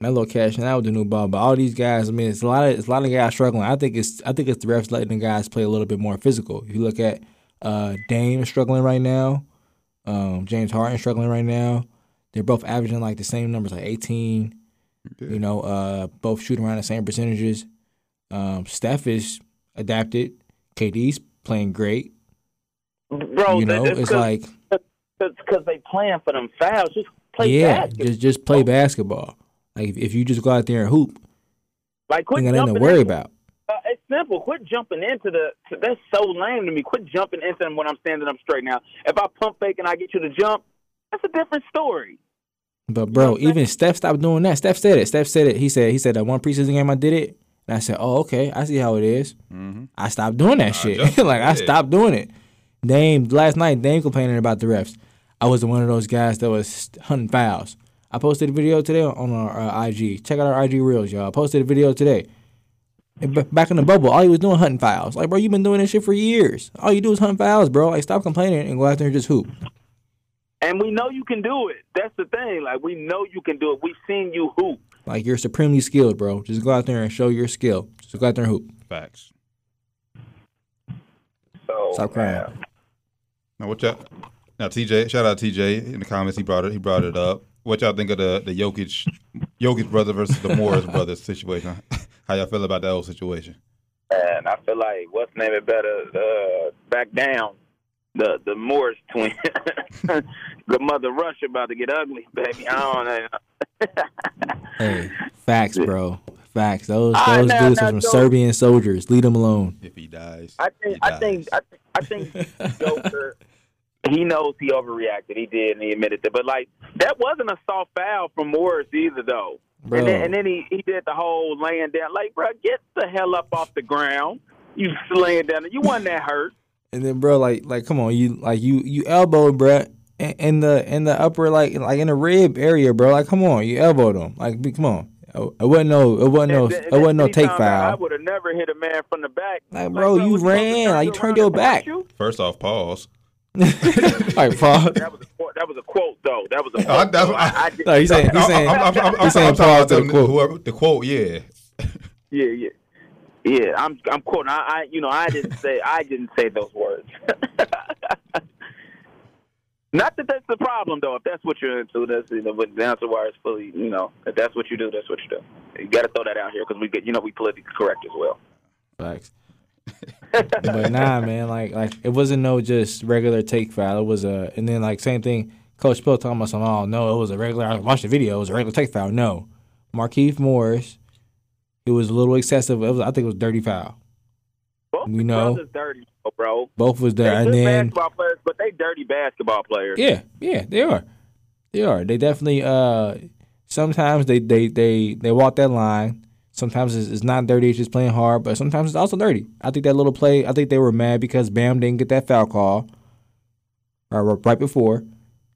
Speaker 4: Melo cashing out with the new ball. But all these guys, I mean, it's a lot of it's a lot of guys struggling. I think it's I think it's the refs letting the guys play a little bit more physical. If you look at uh, Dame is struggling right now, um, James Harden is struggling right now. They're both averaging like the same numbers, like eighteen. You know, uh, both shooting around the same percentages. Um, Steph is adapted. KD's playing great.
Speaker 5: Bro, Oh,
Speaker 4: you know, it's like
Speaker 5: because they playing for them fouls. Just
Speaker 4: yeah, just just play basketball. Like if, if you just go out there and hoop,
Speaker 5: Like
Speaker 4: you ain't got nothing to worry about.
Speaker 5: Uh, it's simple. Quit jumping into the. to- That's so lame to me. Quit jumping into them when I'm standing up straight now. If I pump fake and I get you to jump, that's a different story.
Speaker 4: But bro, even Steph stopped doing that. Steph said it. Steph said it. He said he said that one preseason game I did it, and I said, oh okay, I see how it is. I stopped doing that shit.
Speaker 3: just
Speaker 4: like I
Speaker 3: did.
Speaker 4: stopped doing it. Dame last night, Dame complaining about the refs. I was one of those guys that was hunting fouls. I posted a video today on our uh, IG. Check out our IG reels, y'all. I posted a video today. And b- back in the bubble, all he was doing hunting fouls. Like, bro, you've been doing this shit for years. All you do is hunt fouls, bro. Like, stop complaining and go out there and just hoop.
Speaker 5: And we know you can do it. That's the thing. Like we know you can do it. We've seen you hoop.
Speaker 4: Like, you're supremely skilled, bro. Just go out there and show your skill. Just go out there and hoop.
Speaker 3: Facts.
Speaker 5: So
Speaker 4: Stop crying.
Speaker 3: Now what y'all? Now TJ, shout out TJ in the comments. He brought it. He brought it up. What y'all think of the the Jokic, Jokic brother versus the Morris brothers situation? How y'all feel about that whole situation?
Speaker 5: And I feel like what's name it better uh, back down. The the Morris twin, the mother Russia about to get ugly, baby. I don't know.
Speaker 4: Hey, facts, bro. Facts. Those
Speaker 5: Ah,
Speaker 4: those
Speaker 5: nah,
Speaker 4: dudes
Speaker 5: nah,
Speaker 4: are some
Speaker 5: don't-
Speaker 4: Serbian soldiers. Leave them alone.
Speaker 3: If he dies,
Speaker 5: I
Speaker 3: he
Speaker 5: think I think
Speaker 3: dies.
Speaker 5: I, think- I think Joker. He knows he overreacted. He did, and he admitted that. But like that wasn't a soft foul from Morris either, though.
Speaker 4: Bro.
Speaker 5: And then, and then he, he did the whole laying down. Like, bro, get the hell up off the ground. You laying down. You wasn't that hurt.
Speaker 4: And then, bro, like like come on, you like you you elbowed, bro, in, in the in the upper like like in the rib area, bro. Like come on, you elbowed him. Like be- come on. It wasn't no it wasn't no
Speaker 5: And then-
Speaker 4: it
Speaker 5: and
Speaker 4: wasn't no
Speaker 5: then he
Speaker 4: take
Speaker 5: found out, I
Speaker 4: foul.
Speaker 5: would have never hit a man from the back.
Speaker 4: Like, bro, you
Speaker 5: was supposed to
Speaker 4: ran.
Speaker 5: turn
Speaker 4: Like, you
Speaker 5: around
Speaker 4: turned your
Speaker 5: and punch
Speaker 4: back.
Speaker 5: you?
Speaker 3: First off, pause.
Speaker 4: Like Paul,
Speaker 5: That was a quote. That was a quote, though. That was a
Speaker 3: I,
Speaker 5: quote.
Speaker 3: that's, I,
Speaker 5: Uh, I did,
Speaker 4: no, he's saying he's
Speaker 3: I'm-
Speaker 4: saying
Speaker 3: I'm- I'm- I'm- I'm-
Speaker 4: he's saying
Speaker 3: I'm talking
Speaker 4: pause
Speaker 3: about
Speaker 4: to the
Speaker 3: them-
Speaker 4: quote.
Speaker 3: Whoever, the quote, yeah.
Speaker 5: yeah, yeah, yeah. I'm I'm quoting. I, I you know I didn't say I didn't say those words. Not that that's the problem, though. If that's what you're into, that's you know, but down to wire is fully, you know, if that's what you do, that's what you do. You got to throw that out here because we get, you know, we politically correct as well.
Speaker 4: Facts. but nah, man, like like it wasn't no just regular take foul. It was a and then like same thing. Coach Pill talking about some. Oh no, it was a regular. I watched the video. It was a regular take foul. No, Markeith Morris. It was a little excessive. It was, I think it was dirty foul.
Speaker 5: Both
Speaker 4: We know.
Speaker 5: brothers dirty, bro.
Speaker 4: Both was
Speaker 5: They
Speaker 4: there, and
Speaker 5: good
Speaker 4: then
Speaker 5: basketball players, but they dirty basketball players.
Speaker 4: yeah, yeah, they are, they are. They definitely. Uh, sometimes they they they they walk that line. Sometimes it's, it's not dirty. It's just playing hard, but sometimes it's also dirty. I think that little play. I think they were mad because Bam didn't get that foul call. Right, right- right before,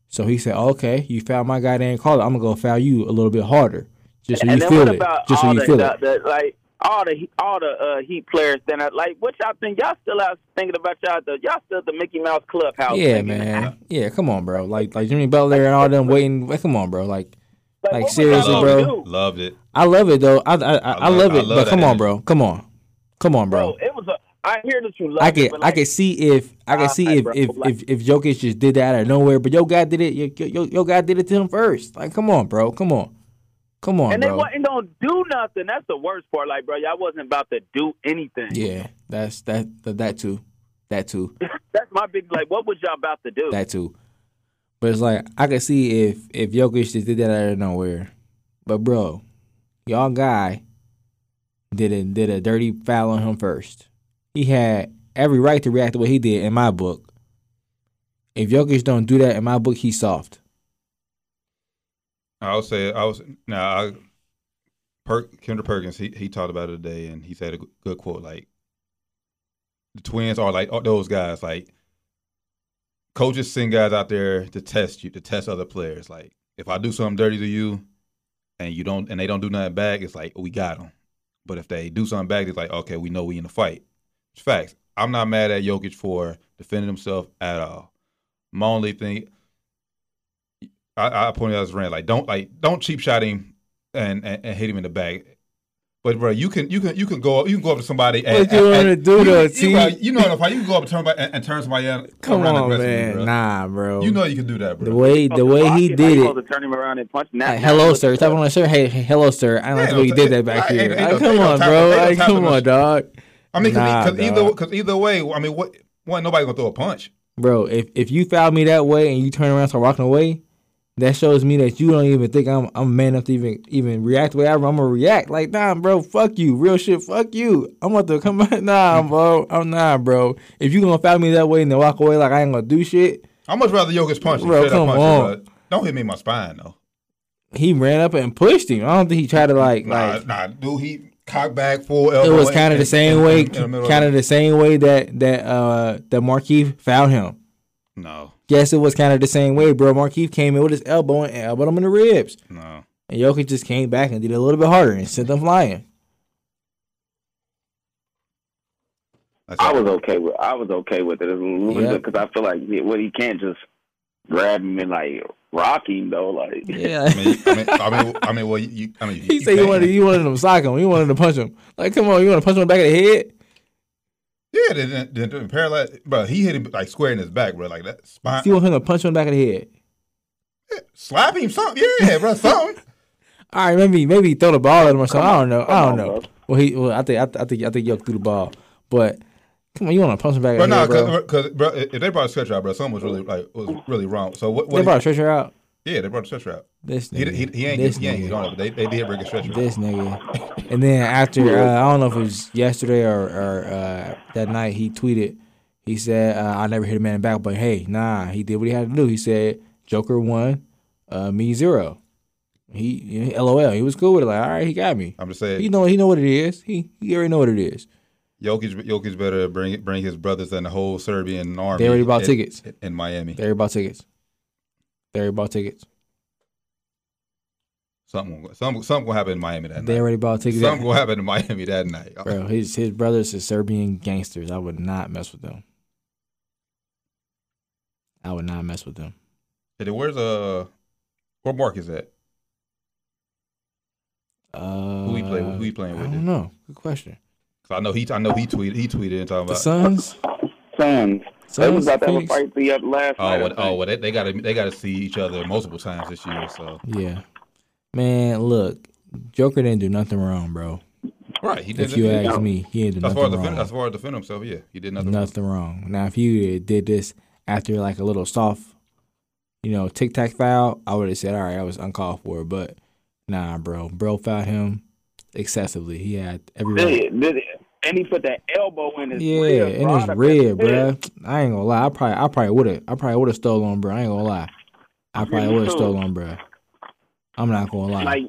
Speaker 4: so he said, "Okay, you fouled my guy. They didn't call it. I'm gonna go foul you a little bit harder, just so you
Speaker 5: and then
Speaker 4: feel
Speaker 5: what
Speaker 4: it.
Speaker 5: about
Speaker 4: Just so
Speaker 5: all
Speaker 4: you
Speaker 5: the,
Speaker 4: feel
Speaker 5: the,
Speaker 4: it."
Speaker 5: the- like all the all the uh, Heat players stand out. Like what y'all think? Y'all still out thinking about y'all? The, y'all still at the Mickey Mouse Clubhouse?
Speaker 4: Yeah,
Speaker 5: thinking,
Speaker 4: man. Yeah, come on, bro. Like like Jimmy Butler and all them waiting. like, Come on, bro. Like Like,
Speaker 5: what was
Speaker 4: seriously,
Speaker 5: y'all
Speaker 4: bro.
Speaker 5: gonna do?
Speaker 3: Loved it.
Speaker 4: I love it though. I I, I, I, love,
Speaker 3: love- I
Speaker 4: it,
Speaker 3: love
Speaker 4: but
Speaker 3: that
Speaker 4: come on,
Speaker 3: energy.
Speaker 4: bro. Come on, come on, bro.
Speaker 5: bro. It was a. I hear that you love.
Speaker 4: I
Speaker 5: it,
Speaker 4: could
Speaker 5: but,
Speaker 4: I
Speaker 5: like,
Speaker 4: could see if I could
Speaker 5: uh,
Speaker 4: see if
Speaker 5: bro,
Speaker 4: if,
Speaker 5: like-
Speaker 4: if if Jokic just did that out of nowhere, but yo guy did it. Yo, yo- yo, yo guy did it to him first. Like, come on, bro. Come on, come on,
Speaker 5: And they
Speaker 4: bro.
Speaker 5: wasn't gonna do nothing. That's the worst part. Like, bro, y'all wasn't about to do anything.
Speaker 4: Yeah, that's that that, that too, that too,
Speaker 5: That's my big. Like, what was y'all about to do?
Speaker 4: that too. But it's like I could see if if Jokic just did that out of nowhere, but bro, y'all guy did a did a dirty foul on him first. He had every right to react the way he did in my book. If Jokic don't do that in my book, he's soft.
Speaker 3: I would say I was now. I, per, Kendra Perkins he he talked about it today, and he said a g- good quote like, "The twins are like all those guys. Like coaches send guys out there to test you, to test other players. Like if I do something dirty to you, and you don't, and they don't do nothing back, it's like we got them. But if they do something back, it's like okay, we know we in a fight. It's facts. I'm not mad at Jokic for defending himself at all. My only thing, I, I pointed out his rant. Like don't like don't cheap shot him and, and, and hit him in the back. But bro, you can you can you can go you can go up to somebody. And,
Speaker 4: What you
Speaker 3: and-
Speaker 4: wanna
Speaker 3: and-
Speaker 4: do
Speaker 3: you-
Speaker 4: though,
Speaker 3: you,
Speaker 4: T?
Speaker 3: bro, You know what I'm talking- You can go up and turn by, and, and turn somebody out.
Speaker 4: Come
Speaker 3: around
Speaker 4: on,
Speaker 3: aggressively,
Speaker 4: man.
Speaker 3: bro.
Speaker 4: Nah, bro.
Speaker 3: You know you can do that,
Speaker 4: the
Speaker 3: bro.
Speaker 4: way the way he did it.
Speaker 5: to turn him around and punch. Now,
Speaker 4: Like, hello, sir. Tap on the sir. Hey, hey, hello, sir. I don't like
Speaker 3: Yeah,
Speaker 4: the way you
Speaker 3: no,
Speaker 4: did
Speaker 3: they-
Speaker 4: that back
Speaker 3: I-
Speaker 4: here.
Speaker 3: ain't- ain't
Speaker 4: Like,
Speaker 3: no-
Speaker 4: come
Speaker 3: ain't no
Speaker 4: on,
Speaker 3: tap-
Speaker 4: bro.
Speaker 3: ain't no
Speaker 4: Like,
Speaker 3: tap
Speaker 4: come
Speaker 3: on
Speaker 4: on,
Speaker 3: the-
Speaker 4: dog.
Speaker 3: I mean,
Speaker 4: Nah,
Speaker 3: because either
Speaker 4: dog.
Speaker 3: because either way, I mean, what one nobody gonna throw a punch.
Speaker 4: Bro, if if you foul me that way and you turn around and start walking away, that shows me that you don't even think I'm I'm man enough to even even react the way I'm, I'm gonna react. Like, nah, bro, fuck you. Real shit, fuck you. I'm about to come back. Nah, bro. I'm nah, bro. If you gonna foul me that way and then walk away like I ain't gonna do shit,
Speaker 3: I much rather Jokic punch. than
Speaker 4: Bro,
Speaker 3: straight up
Speaker 4: come
Speaker 3: punch you,
Speaker 4: on.
Speaker 3: bro. Don't hit me in my spine though.
Speaker 4: he ran up and pushed him. I don't think he tried to like
Speaker 3: Nah,
Speaker 4: like
Speaker 3: nah, dude, he cocked back full elbow.
Speaker 4: it was
Speaker 3: in-
Speaker 4: kind of the
Speaker 3: in-
Speaker 4: same
Speaker 3: in-
Speaker 4: way,
Speaker 3: in the middle
Speaker 4: kind of the same way that that uh that Marquise fouled him.
Speaker 3: No,
Speaker 4: Yes, it was kind of the same way, bro. Markeith came in with his elbow and elbowed him in the ribs,
Speaker 3: no.
Speaker 4: and Jokic just came back and did it a little bit harder and sent them flying.
Speaker 3: That's
Speaker 5: I
Speaker 3: it.
Speaker 5: was okay with. I was okay with it as a little
Speaker 4: Yeah.
Speaker 5: bit because I feel like he- well, he can't just grab him and like rock him though. Like,
Speaker 4: Yeah,
Speaker 3: I mean, I mean, I mean, I mean, well, you, I mean,
Speaker 4: he said you
Speaker 3: can.
Speaker 4: wanted you wanted him to sock him, you wanted to punch him. Like, come on, you want to punch him in the back of the head?
Speaker 3: Yeah, then then- then then paralyzed, bro. He hit him like square in his back, bro. Like that spine,
Speaker 4: You want him to punch him in the back of the head?
Speaker 3: slap him, something. Yeah, bro, something.
Speaker 4: All right, maybe maybe throw the ball at him or something. I don't know. I
Speaker 5: Come
Speaker 4: don't
Speaker 5: on,
Speaker 4: know.
Speaker 5: bro.
Speaker 4: Well, he well, I think I, th- I think I think Jokic threw the ball, but come on, you want to punch him back
Speaker 3: But uh,
Speaker 4: of the
Speaker 3: no,
Speaker 4: head, bro?
Speaker 3: because bro, if they brought a stretcher out, bro, something was really like was really wrong. So what? what
Speaker 4: they
Speaker 3: he-
Speaker 4: brought a stretcher out.
Speaker 3: yeah, they brought a stretcher out.
Speaker 4: This
Speaker 3: He,
Speaker 4: nigga.
Speaker 3: he, he ain't
Speaker 4: this
Speaker 3: get, he ain't
Speaker 4: nigga.
Speaker 3: get on it, but they, they did break a stretcher.
Speaker 4: this nigga. And then after uh, I don't know if it was yesterday or, or uh, that night, he tweeted. He said, uh, "I never hit a man in the back, but hey, nah, he did what he had to do." He said, "Joker one, uh, me zero. He, you know, lol. He was cool with it. Like, all right, he got me.
Speaker 3: I'm just
Speaker 4: He
Speaker 3: saying,
Speaker 4: know, he know what it is. He, he already know what it is.
Speaker 3: Jokic, Jokic better bring it- bring his brothers and the whole Serbian army.
Speaker 4: They already bought
Speaker 3: in-
Speaker 4: tickets.
Speaker 3: in Miami.
Speaker 4: They already bought tickets. They already bought tickets.
Speaker 3: Something, something, something will happen in Miami that
Speaker 4: They
Speaker 3: night.
Speaker 4: already bought tickets.
Speaker 3: Something will happen in Miami that night.
Speaker 4: Bro, his his brothers are Serbian gangsters. I would not mess with them. I would not mess with them.
Speaker 3: And then where's uh, where Mark is at?
Speaker 4: Uh,
Speaker 3: Who he play with? Who he playing
Speaker 4: I
Speaker 3: with?
Speaker 4: don't
Speaker 3: then?
Speaker 4: know. Good question.
Speaker 3: 'Cause I know he, I know he tweeted, he tweeted and talking
Speaker 4: The
Speaker 3: about.
Speaker 4: Suns.
Speaker 5: Suns. They
Speaker 4: Suns,
Speaker 5: was about to have a
Speaker 4: Phoenix?
Speaker 5: fight be up last
Speaker 3: Oh,
Speaker 5: night. I
Speaker 3: well, oh,
Speaker 5: think.
Speaker 3: well, they, they gotta, they gotta see each other multiple times this year. So
Speaker 4: Yeah, man. Look, Joker didn't do nothing wrong, bro.
Speaker 3: right, he did.
Speaker 4: If you
Speaker 3: he-
Speaker 4: ask me, he didn't do
Speaker 3: as far as
Speaker 4: nothing
Speaker 3: defend,
Speaker 4: wrong.
Speaker 3: as far as defend himself, yeah, he did nothing.
Speaker 4: Nothing wrong. Now, if you did this after like a little soft, you know, tic tac foul, I would have said, all right, I was uncalled for. But nah, bro, bro fouled him excessively. He had every right.
Speaker 5: Did it, did it. And he put that elbow in his
Speaker 4: Yeah,
Speaker 5: rib.
Speaker 4: and it's
Speaker 5: bro.
Speaker 4: red, bruh. I ain't gonna lie. I probably, I probably would have, I probably would have stole on, bruh. I ain't gonna lie. I probably would have stole on, bruh. I'm not gonna lie. Like,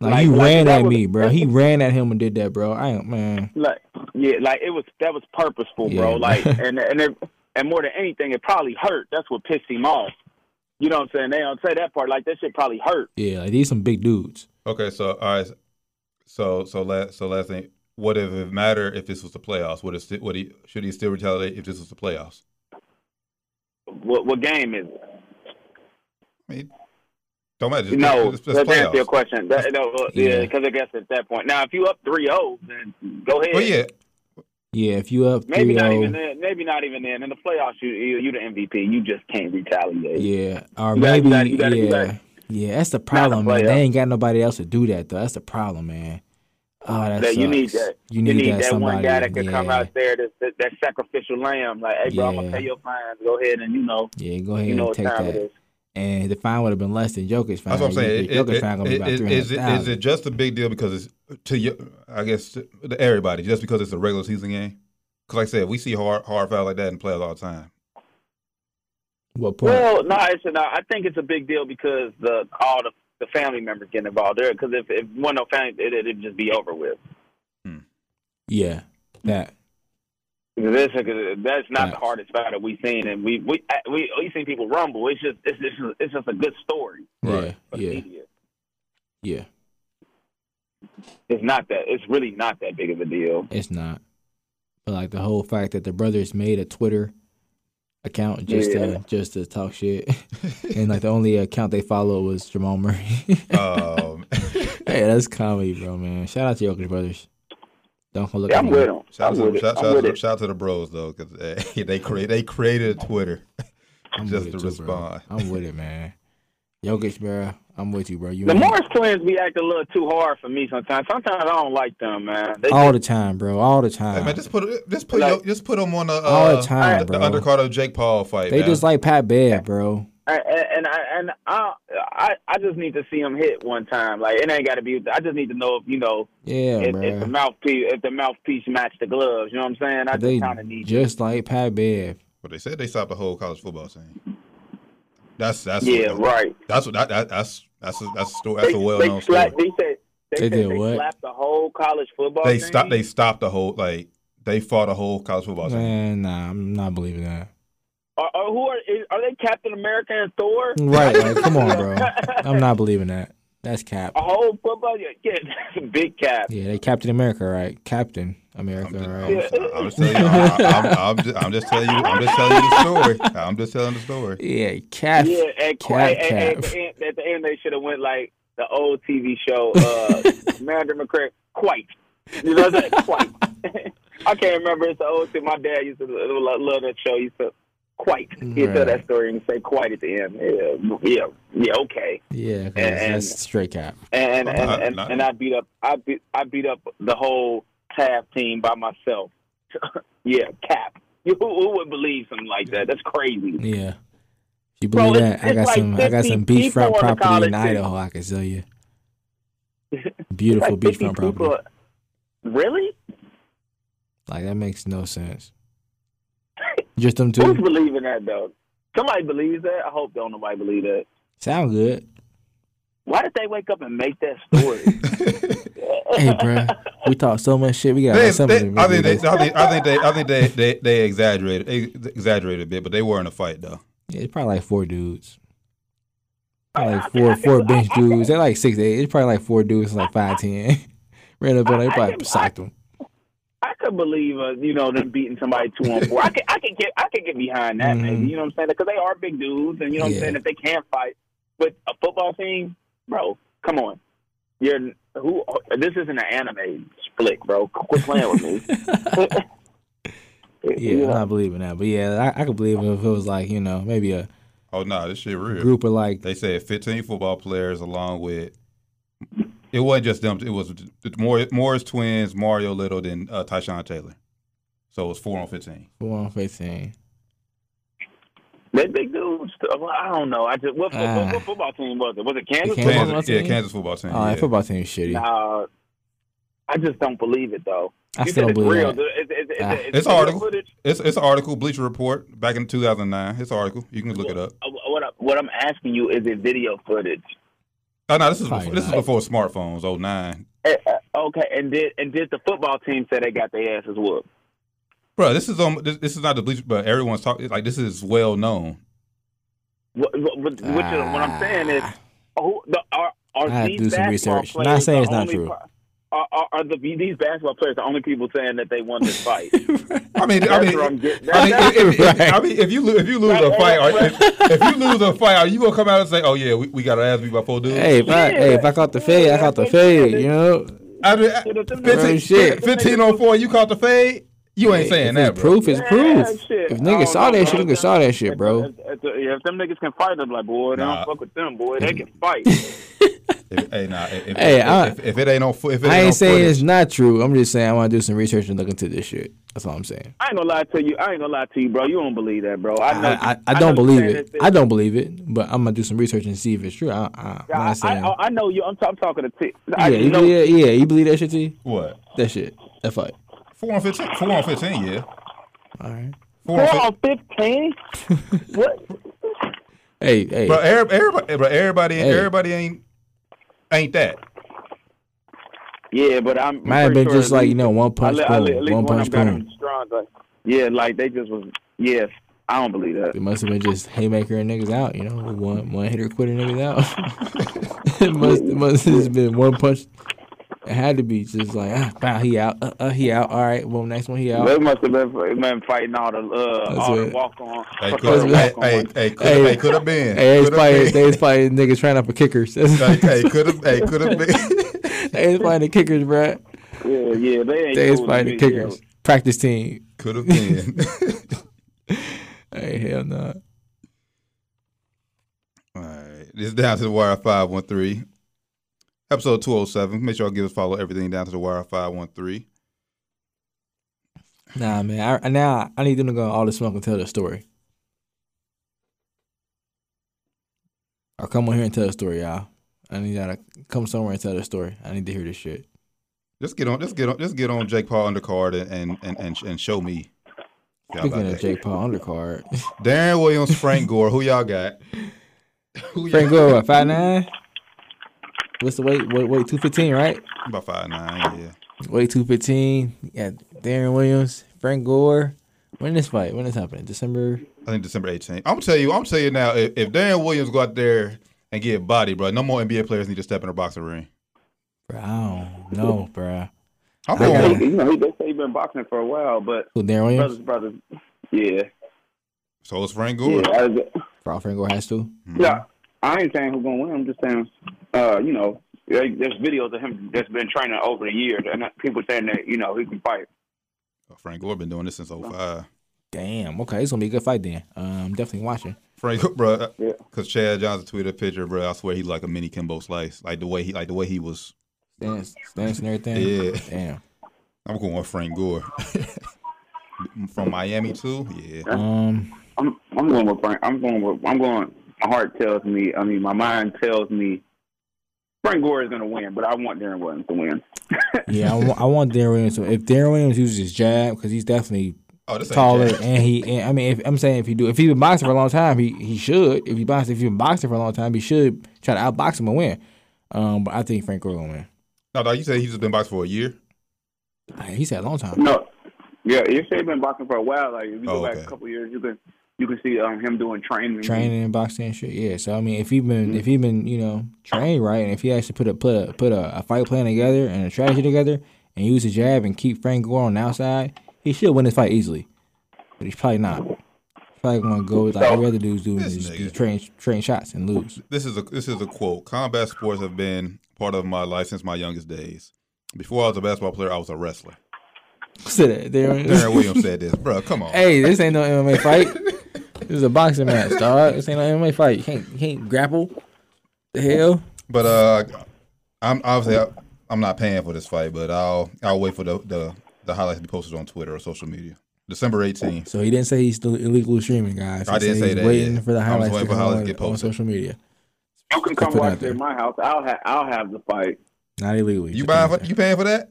Speaker 5: Like, like-
Speaker 4: he
Speaker 5: like
Speaker 4: ran
Speaker 5: that
Speaker 4: at
Speaker 5: was-
Speaker 4: me, bruh. He ran at him and did that, bro. I ain't, man.
Speaker 5: like, yeah, like it was that was purposeful,
Speaker 4: Yeah.
Speaker 5: bro. Like, and and it, and more than anything, it probably hurt. That's what pissed him off. You know what I'm saying? They don't say that part. Like that shit probably hurt.
Speaker 4: Yeah, like these some big dudes.
Speaker 3: Okay, so all right, So so last so last thing, what if it matter if this was the playoffs? Would it sti- would he should he still retaliate if this was the playoffs?
Speaker 5: What what game is it?
Speaker 3: I mean, don't matter. Just,
Speaker 5: No,
Speaker 3: it's, it's
Speaker 5: let's answer your
Speaker 3: playoffs.
Speaker 5: question. That, no, well, yeah,
Speaker 4: Yeah.
Speaker 5: because I guess at that point, now if you up 3-0, then go ahead.
Speaker 3: Well, yeah,
Speaker 4: Yeah, if you up
Speaker 5: Maybe not
Speaker 4: 3-0,
Speaker 5: even then. Maybe not even then. In the playoffs, you you you the MVP. You just can't retaliate.
Speaker 4: oh, Yeah, or
Speaker 5: You gotta- you
Speaker 4: maybe
Speaker 5: gotta- you gotta- you
Speaker 4: yeah,
Speaker 5: gotta-
Speaker 4: yeah. That's the problem, man.
Speaker 5: player.
Speaker 4: They ain't got nobody else to do that though. That's the problem, man. Oh, that
Speaker 5: That you need
Speaker 4: sucks.
Speaker 5: that.
Speaker 4: You need, that, somebody.
Speaker 5: one guy that can
Speaker 4: yeah.
Speaker 5: come out there that, that that sacrificial lamb. Like, hey, bro, I'm gonna
Speaker 4: Yeah.
Speaker 5: pay your fines. Go ahead and you know,
Speaker 4: Yeah, go ahead
Speaker 5: you
Speaker 4: and
Speaker 5: know what
Speaker 4: take
Speaker 5: time it
Speaker 4: that.
Speaker 5: is.
Speaker 4: And the fine would have been less than Jokic fine.
Speaker 3: that's what I'm saying.
Speaker 4: You-
Speaker 3: It-
Speaker 4: Jokic
Speaker 3: it-
Speaker 4: fine gonna be
Speaker 3: it-
Speaker 4: about
Speaker 3: it-
Speaker 4: three
Speaker 3: is, it,
Speaker 4: hundred
Speaker 3: is it
Speaker 4: thousand.
Speaker 3: just a big deal because it's to your, I guess to everybody just because it's a regular season game? Because like I said, we see hard hard foul like that in playoffs all the time.
Speaker 4: What point?
Speaker 5: Well, no, it's no. I think it's a big deal because the all the the family members get involved there. Because if if one no family, it, it'd just be over with.
Speaker 4: yeah, that.
Speaker 5: This that's not the
Speaker 4: Facts.
Speaker 5: hardest fight that we've seen, and we we we we seen people rumble. It's just it's just it's just a good story.
Speaker 3: Right.
Speaker 5: for the
Speaker 4: Yeah, yeah,
Speaker 5: media.
Speaker 4: yeah.
Speaker 5: It's not that. It's really not that big of a deal.
Speaker 4: It's not. But like the whole fact that the brothers made a Twitter account just to
Speaker 5: Yeah.
Speaker 4: just to talk shit, and like the only account they follow was Jamal Murray.
Speaker 3: Um,
Speaker 4: Hey, that's comedy, bro, man. Shout out to Jokic Brothers. Don't go look
Speaker 5: Yeah,
Speaker 4: at
Speaker 5: I'm
Speaker 4: me.
Speaker 5: with him.
Speaker 3: shout, out
Speaker 5: I'm
Speaker 3: to,
Speaker 5: with
Speaker 3: the-
Speaker 5: it.
Speaker 3: shout,
Speaker 5: I'm
Speaker 3: shout, out
Speaker 5: with
Speaker 3: to,
Speaker 5: it.
Speaker 3: the- shout out to the bros though because they create they created Twitter.
Speaker 4: I'm
Speaker 3: just
Speaker 4: with
Speaker 3: to
Speaker 4: it too, bro.
Speaker 3: respond.
Speaker 4: I'm with it, man. Jokic, bro. I'm with you, bro. You
Speaker 5: The
Speaker 4: ain't-
Speaker 5: Morris twins be acting a little too hard for me sometimes. Sometimes I don't like them, man. They,
Speaker 4: all the time, bro. All the time.
Speaker 3: Hey, man, just put just put
Speaker 5: Like-
Speaker 3: your, just put them on the, uh,
Speaker 4: All the time,
Speaker 3: the
Speaker 4: bro.
Speaker 3: undercard of Jake Paul fight.
Speaker 4: they
Speaker 3: man.
Speaker 4: just like Pat Bev, bro.
Speaker 5: and and I and I, I I just need to see them hit one time. Like it ain't got to be. I just need to know if you know
Speaker 4: Yeah,
Speaker 5: if,
Speaker 4: bro.
Speaker 5: if the mouthpiece if the mouthpiece match the gloves. You know what I'm saying? I
Speaker 4: they
Speaker 5: just kind of need.
Speaker 4: just like Pat Bev.
Speaker 3: But they said they stopped the whole college football scene. That's that's
Speaker 5: yeah,
Speaker 3: what,
Speaker 5: right.
Speaker 3: That's what that, that, that's that's a, that's a story. That's a well known story.
Speaker 5: slapped, they said
Speaker 4: They
Speaker 5: they, said
Speaker 4: did
Speaker 5: they
Speaker 4: what?
Speaker 5: slapped the whole college football.
Speaker 3: They
Speaker 5: team.
Speaker 3: stopped. They stopped the whole like they fought a whole college football scene.
Speaker 4: Man, nah, I'm not believing that.
Speaker 5: Are, are who are is, are they Captain America and Thor?
Speaker 4: Right, like, come on, bro. I'm not believing that. That's cap.
Speaker 5: A whole football yeah, yeah that's a big cap.
Speaker 4: Yeah, they Captain America, right? Captain
Speaker 3: I'm
Speaker 4: America,
Speaker 3: just, I'm,
Speaker 4: right?
Speaker 3: just, I'm just telling you. I'm, I'm, I'm, just, I'm just telling you. I'm just telling you the story. I'm just telling the story.
Speaker 4: Yeah, cap.
Speaker 5: Yeah, and,
Speaker 4: Cap,
Speaker 5: and, and- and at,
Speaker 4: cap.
Speaker 5: the end, at the end they should have went like the old TV show, uh, Mandarin McCray, quite. You know what I'm saying? Quite. I can't remember. It's the old thing. My dad used to love, love that show. He used to quite. He'd tell that
Speaker 4: Right.
Speaker 5: story and say quite at the end. Yeah, yeah, yeah. Okay.
Speaker 4: Yeah, 'cause
Speaker 5: And-
Speaker 4: that's straight cap.
Speaker 5: and
Speaker 3: Well,
Speaker 5: and,
Speaker 3: not-
Speaker 5: and,
Speaker 3: not-
Speaker 5: and I beat up I beat I beat up the whole tab team by myself. yeah, cap. Who, who would believe something like that? That's crazy.
Speaker 4: Yeah. If you
Speaker 5: Bro,
Speaker 4: believe
Speaker 5: it's-
Speaker 4: that, I
Speaker 5: it's
Speaker 4: got
Speaker 5: like
Speaker 4: some I got
Speaker 5: 50
Speaker 4: some
Speaker 5: people on
Speaker 4: beachfront
Speaker 5: the
Speaker 4: property
Speaker 5: college
Speaker 4: in
Speaker 5: team.
Speaker 4: Idaho I can sell you. Beautiful beachfront
Speaker 5: people-
Speaker 4: property.
Speaker 5: Really?
Speaker 4: Like that makes no sense. Just them
Speaker 5: Who's
Speaker 4: two.
Speaker 5: believing that though? Somebody believes that. I hope don't nobody believe that.
Speaker 4: Sound good.
Speaker 5: Why did they wake up and make that story?
Speaker 4: Hey bruh. We talked so much shit. We got
Speaker 3: They,
Speaker 4: something to
Speaker 3: they, I think
Speaker 4: do
Speaker 3: they,
Speaker 4: this.
Speaker 3: I think, I think they, I think they, they, they exaggerated, they exaggerated a bit, but they were in a fight though.
Speaker 4: Yeah, it's probably like four dudes. Probably like four four bench dudes. They're like six eight. It's probably like four dudes like five ten. Ran up on them, they
Speaker 5: I- I-
Speaker 4: probably socked them.
Speaker 5: I could believe, uh, you know, them beating somebody two on four. I could, I could get, I could get behind that, maybe. You know what I'm saying? Because they are big dudes, and you know what
Speaker 4: Mm-hmm. Yeah.
Speaker 5: I'm saying. If they can't fight, but a football team, bro, come on, you're who? This isn't an anime flick, bro. Quit playing with me.
Speaker 4: Yeah,
Speaker 5: You
Speaker 4: I'm
Speaker 5: know,
Speaker 4: not believing that. But yeah, I, I could believe if it was like, you know, maybe a
Speaker 3: Oh no, this shit real.
Speaker 4: group of like
Speaker 3: They said 15 football players, along with it wasn't just them. It was the Mor- Morris twins, Mario Little, then uh, Tyshawn Taylor. So it was four on 15.
Speaker 4: four on fifteen.
Speaker 5: they big dudes. Well, I don't know. I just what, what,
Speaker 4: Ah.
Speaker 5: what, football team was it? Was it Kansas?
Speaker 4: Kansas.
Speaker 5: Football?
Speaker 3: Kansas,
Speaker 4: team?
Speaker 3: yeah, Kansas football team.
Speaker 4: Oh,
Speaker 3: yeah.
Speaker 4: that football team is shitty.
Speaker 5: Nah, I just don't believe it though.
Speaker 4: I
Speaker 5: you
Speaker 4: still
Speaker 5: said
Speaker 4: don't
Speaker 5: it's
Speaker 4: believe
Speaker 5: real.
Speaker 4: that.
Speaker 5: It's, it's, it's,
Speaker 4: Ah.
Speaker 5: it's,
Speaker 3: It's article.
Speaker 5: footage.
Speaker 3: It's it's an article, Bleacher Report, back in 2009. It's an article. You can look it up.
Speaker 5: Uh, What I, what I'm asking you is it video footage?
Speaker 3: Oh no, this is
Speaker 4: Probably
Speaker 3: before, this is
Speaker 4: not.
Speaker 3: before smartphones. Oh nine,
Speaker 5: Eh, eh, Okay, and did and did the football team say they got their asses whooped?
Speaker 3: bro. This is um. This, this is not the Bleacher, but everyone's talking. Like this is well known.
Speaker 5: What, what, what, which is, what I'm saying is, who, the, are,
Speaker 4: Ah. I
Speaker 5: are
Speaker 4: had to
Speaker 5: these
Speaker 4: do some
Speaker 5: basketball
Speaker 4: research. Not
Speaker 5: players
Speaker 4: saying
Speaker 5: the
Speaker 4: it's not
Speaker 5: only
Speaker 4: true.
Speaker 5: pro- are, are, are the these basketball players the only people saying that they won this fight?
Speaker 3: I mean, I
Speaker 5: That's
Speaker 3: mean,
Speaker 5: what I'm getting.
Speaker 3: I mean, if,
Speaker 5: That's-
Speaker 3: if- if-
Speaker 4: Right.
Speaker 3: I mean, if you lo- if you lose a fight, or if, if you lose a fight, are you gonna come out and say, "Oh yeah, we, we got our ass beat by four dudes"?
Speaker 4: Hey, if I hey, if I caught the fade, I caught the fade. You know,
Speaker 3: I mean, I-
Speaker 5: Real
Speaker 3: 15,
Speaker 4: shit.
Speaker 3: 15 on oh four, you caught the fade. You ain't saying
Speaker 4: if
Speaker 3: that,
Speaker 4: it's
Speaker 3: bro.
Speaker 4: proof, it's proof.
Speaker 5: Yeah, shit.
Speaker 4: If
Speaker 5: I don't
Speaker 4: niggas saw
Speaker 5: know,
Speaker 4: that shit,
Speaker 5: bro.
Speaker 4: niggas saw that shit,
Speaker 5: If-
Speaker 4: bro.
Speaker 5: If, if, yeah, if them niggas can fight, I'm like, boy,
Speaker 3: Nah.
Speaker 5: don't fuck with them, boy. They can fight.
Speaker 3: If, hey, nah, if, if,
Speaker 4: Hey,
Speaker 3: if,
Speaker 4: I-
Speaker 3: if, if it ain't on foot, if it
Speaker 4: I
Speaker 3: ain't on
Speaker 4: ain't saying
Speaker 3: footage,
Speaker 4: it's not true. I'm just saying I want to do some research and look into this shit. That's all I'm saying.
Speaker 5: I ain't gonna lie to you. I ain't gonna lie to you, bro. You don't believe that, bro. I know.
Speaker 4: I, I, I
Speaker 5: know
Speaker 4: don't
Speaker 5: you
Speaker 4: believe
Speaker 5: saying
Speaker 4: it.
Speaker 5: this-
Speaker 4: I don't believe it, but I'm gonna do some research and see if it's true. I, I, I'm
Speaker 5: I,
Speaker 4: not saying.
Speaker 5: I, I know you. I'm, i I'm talking to T. I
Speaker 4: yeah, you
Speaker 5: know.
Speaker 4: believe, yeah, yeah, you believe that shit, T?
Speaker 3: what
Speaker 4: That shit. That fight.
Speaker 3: four on fifteen, four on fifteen, yeah,
Speaker 4: All right.
Speaker 3: four on
Speaker 5: Four
Speaker 3: fifteen.
Speaker 5: on fifteen. what?
Speaker 4: Hey, hey.
Speaker 3: But everybody, but everybody,
Speaker 4: Hey.
Speaker 3: everybody ain't ain't that.
Speaker 5: Yeah, but I'm.
Speaker 4: Might have
Speaker 5: pretty
Speaker 4: been
Speaker 5: sure
Speaker 4: just like you
Speaker 5: at
Speaker 4: know, one punch
Speaker 5: least- I, le- at
Speaker 4: boom,
Speaker 5: least
Speaker 4: one
Speaker 5: one
Speaker 4: punch
Speaker 5: of them got
Speaker 4: boom.
Speaker 5: him strong. Like, yeah, like they just was. Yeah, I don't believe that.
Speaker 4: It must have been just haymaker and niggas out. You know, one one hitter quitting niggas out. it must it must have just been one punch. It had to be just like ah, pow, he out, uh, uh, he out. All right, well, next one he out.
Speaker 5: They must have been, been fighting all the uh,
Speaker 4: That's
Speaker 5: all the
Speaker 4: it.
Speaker 5: walk on.
Speaker 3: Hey, could
Speaker 4: That's-
Speaker 3: have
Speaker 5: walk
Speaker 3: hey,
Speaker 5: on.
Speaker 3: hey, could have
Speaker 4: Hey.
Speaker 3: hey, could have been.
Speaker 4: Hey, it's
Speaker 3: coulda
Speaker 4: probably,
Speaker 3: been.
Speaker 4: they was probably niggas trying out for kickers. That's-
Speaker 3: Like, hey, could have, hey, could have been.
Speaker 4: they was playing the kickers, bruh.
Speaker 5: Yeah, yeah, they ain't.
Speaker 4: They was
Speaker 5: cool
Speaker 4: playing the
Speaker 5: with me,
Speaker 4: kickers. Practice team.
Speaker 3: Could have been.
Speaker 4: Hey, hell no.
Speaker 3: All right. This is down to the wire 513. Episode 207. Make sure y'all give us a follow everything down to the wire 513.
Speaker 4: Nah, man. I, I- now I need them to go on all the smoke and tell their story. Or Oh, come on here and tell the story, y'all. I need y'all to come somewhere and tell their story. I need to hear this shit.
Speaker 3: Just get on, just get on, just get on Jake Paul undercard and and and, and, and show me. Y'all about
Speaker 4: Speaking of
Speaker 3: that.
Speaker 4: Jake Paul undercard,
Speaker 3: Darren Williams, Frank Gore, who y'all got? Who
Speaker 4: Frank Gore, what five nine? What's the weight? Wait, wait, two fifteen, right?
Speaker 3: y'all, about five nine, yeah.
Speaker 4: Way two fifteen. Yeah, Darren Williams, Frank Gore. When this fight? When this happening? December.
Speaker 3: I think December 18th. I'm gonna tell you, I'm gonna tell you now, if, if Darren Williams go out there and get body, bro, no more NBA players need to step in a boxing ring.
Speaker 4: Bro, I don't know, bro.
Speaker 3: I'm
Speaker 4: I
Speaker 3: going
Speaker 4: got
Speaker 5: Yeah.
Speaker 3: with
Speaker 5: He, you know, he, they say he been boxing for a while, but
Speaker 4: Who Darren Williams?
Speaker 5: brothers, brothers, yeah,
Speaker 3: So it's Frank
Speaker 5: yeah.
Speaker 3: Gore.
Speaker 5: I, was-
Speaker 4: Bro, Frank Gore has to.
Speaker 5: yeah, I ain't saying who's gonna win. I'm just saying, uh, you know, there- there's videos of him that's been training over the years, and people saying that you know he can fight.
Speaker 3: Oh, Frank Gore been doing this since 05.
Speaker 4: Damn. Okay, it's gonna be a good fight then. Um, definitely watching.
Speaker 3: Frank, bro,
Speaker 5: Yeah.
Speaker 3: because Chad Johnson tweeted a picture, bro. I swear he's like a mini Kimbo Slice, like the way he, like the way he was.
Speaker 4: Stance, stance, and everything.
Speaker 3: Yeah.
Speaker 4: Damn.
Speaker 3: I'm going with Frank Gore from Miami too. Yeah,
Speaker 4: Um,
Speaker 5: I'm I'm going with Frank. I'm going with I'm going. My heart tells me. I mean, my mind tells me. Frank Gore is gonna win, but I want Darren Williams to win.
Speaker 4: yeah, I want, I want Darren Williams. To, if Darren Williams uses his jab, because he's definitely
Speaker 3: oh, this ain't
Speaker 4: taller,
Speaker 3: Chad.
Speaker 4: and he, and, I mean, if, I'm saying if he do, if he been boxing for a long time, he he should. If he box, if he been boxing for a long time, he should try to outbox him and win. Um, but I think Frank Gore will win.
Speaker 3: No, no, you say he's just been boxing for a year.
Speaker 4: Like, He said a long time.
Speaker 5: No, yeah, if they've been boxing for a while, like if you
Speaker 3: Oh,
Speaker 5: go back
Speaker 3: okay.
Speaker 5: a couple years, you can you can see um, him doing training.
Speaker 4: training
Speaker 3: Mm-hmm.
Speaker 4: and boxing and shit. Yeah. So I mean, if he been if he been you know trained right, and if he actually put a put a put a, a fight plan together and a strategy together, and use a jab and keep Frank Gore on the outside, he should win this fight easily. But he's probably not. Probably gonna go with like every other dude's doing
Speaker 3: This
Speaker 4: is
Speaker 3: nigga.
Speaker 4: just train train shots and lose.
Speaker 3: This is a this is a quote. Combat sports have been part of my life since my youngest days. Before I was a basketball player, I was a wrestler.
Speaker 4: Say that, Darren.
Speaker 3: Darren Williams said this, bro. Come on.
Speaker 4: hey, this ain't no MMA fight. This is a boxing match, dog. This ain't no MMA fight. You can't you can't grapple. The hell.
Speaker 3: But uh, I'm obviously I, I'm not paying for this fight, but I'll I'll wait for the the, the highlights to be posted on Twitter or social media. December 18th.
Speaker 4: So he didn't say he's still illegally streaming, guys. He
Speaker 3: I didn't
Speaker 4: said
Speaker 3: say
Speaker 4: he's
Speaker 3: that,
Speaker 4: Waiting
Speaker 3: yeah.
Speaker 4: for the
Speaker 3: I'm just
Speaker 4: highlights
Speaker 3: waiting
Speaker 4: to
Speaker 3: for
Speaker 4: come
Speaker 3: highlights
Speaker 4: on,
Speaker 3: to get
Speaker 4: on
Speaker 3: posted.
Speaker 4: social media.
Speaker 5: You can come
Speaker 4: Put it out
Speaker 5: watch it
Speaker 4: there.
Speaker 5: at my house. I'll have I'll have the fight.
Speaker 4: Not illegally.
Speaker 3: You
Speaker 4: just
Speaker 3: buying
Speaker 4: not
Speaker 3: for, you paying for that?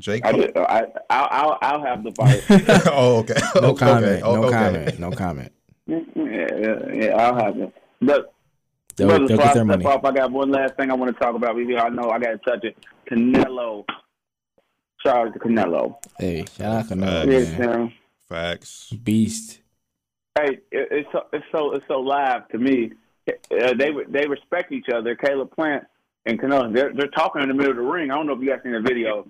Speaker 3: Jake.
Speaker 5: I just, I I'll, I'll I'll have the fight.
Speaker 3: oh, okay.
Speaker 4: there. No
Speaker 3: okay.
Speaker 4: comment.
Speaker 3: Oh,
Speaker 4: no
Speaker 3: okay.
Speaker 4: comment. No comment.
Speaker 5: yeah, yeah, yeah, I'll have it. But
Speaker 4: They'll,
Speaker 5: brother,
Speaker 4: they'll
Speaker 5: before I
Speaker 4: get their
Speaker 5: step
Speaker 4: money.
Speaker 5: off, I got one last thing I want to talk about. because I know I got to touch it. Canelo, Charles Canelo.
Speaker 4: Hey, shout out to Canelo,
Speaker 3: Facts.
Speaker 4: man.
Speaker 5: Yes, sir.
Speaker 3: Facts.
Speaker 4: Beast.
Speaker 5: Hey, it, it's so, it's so it's so live to me. Uh, they re- they respect each other. Caleb Plant and Canelo. They're they're talking in the middle of the ring. I don't know if you guys seen the video.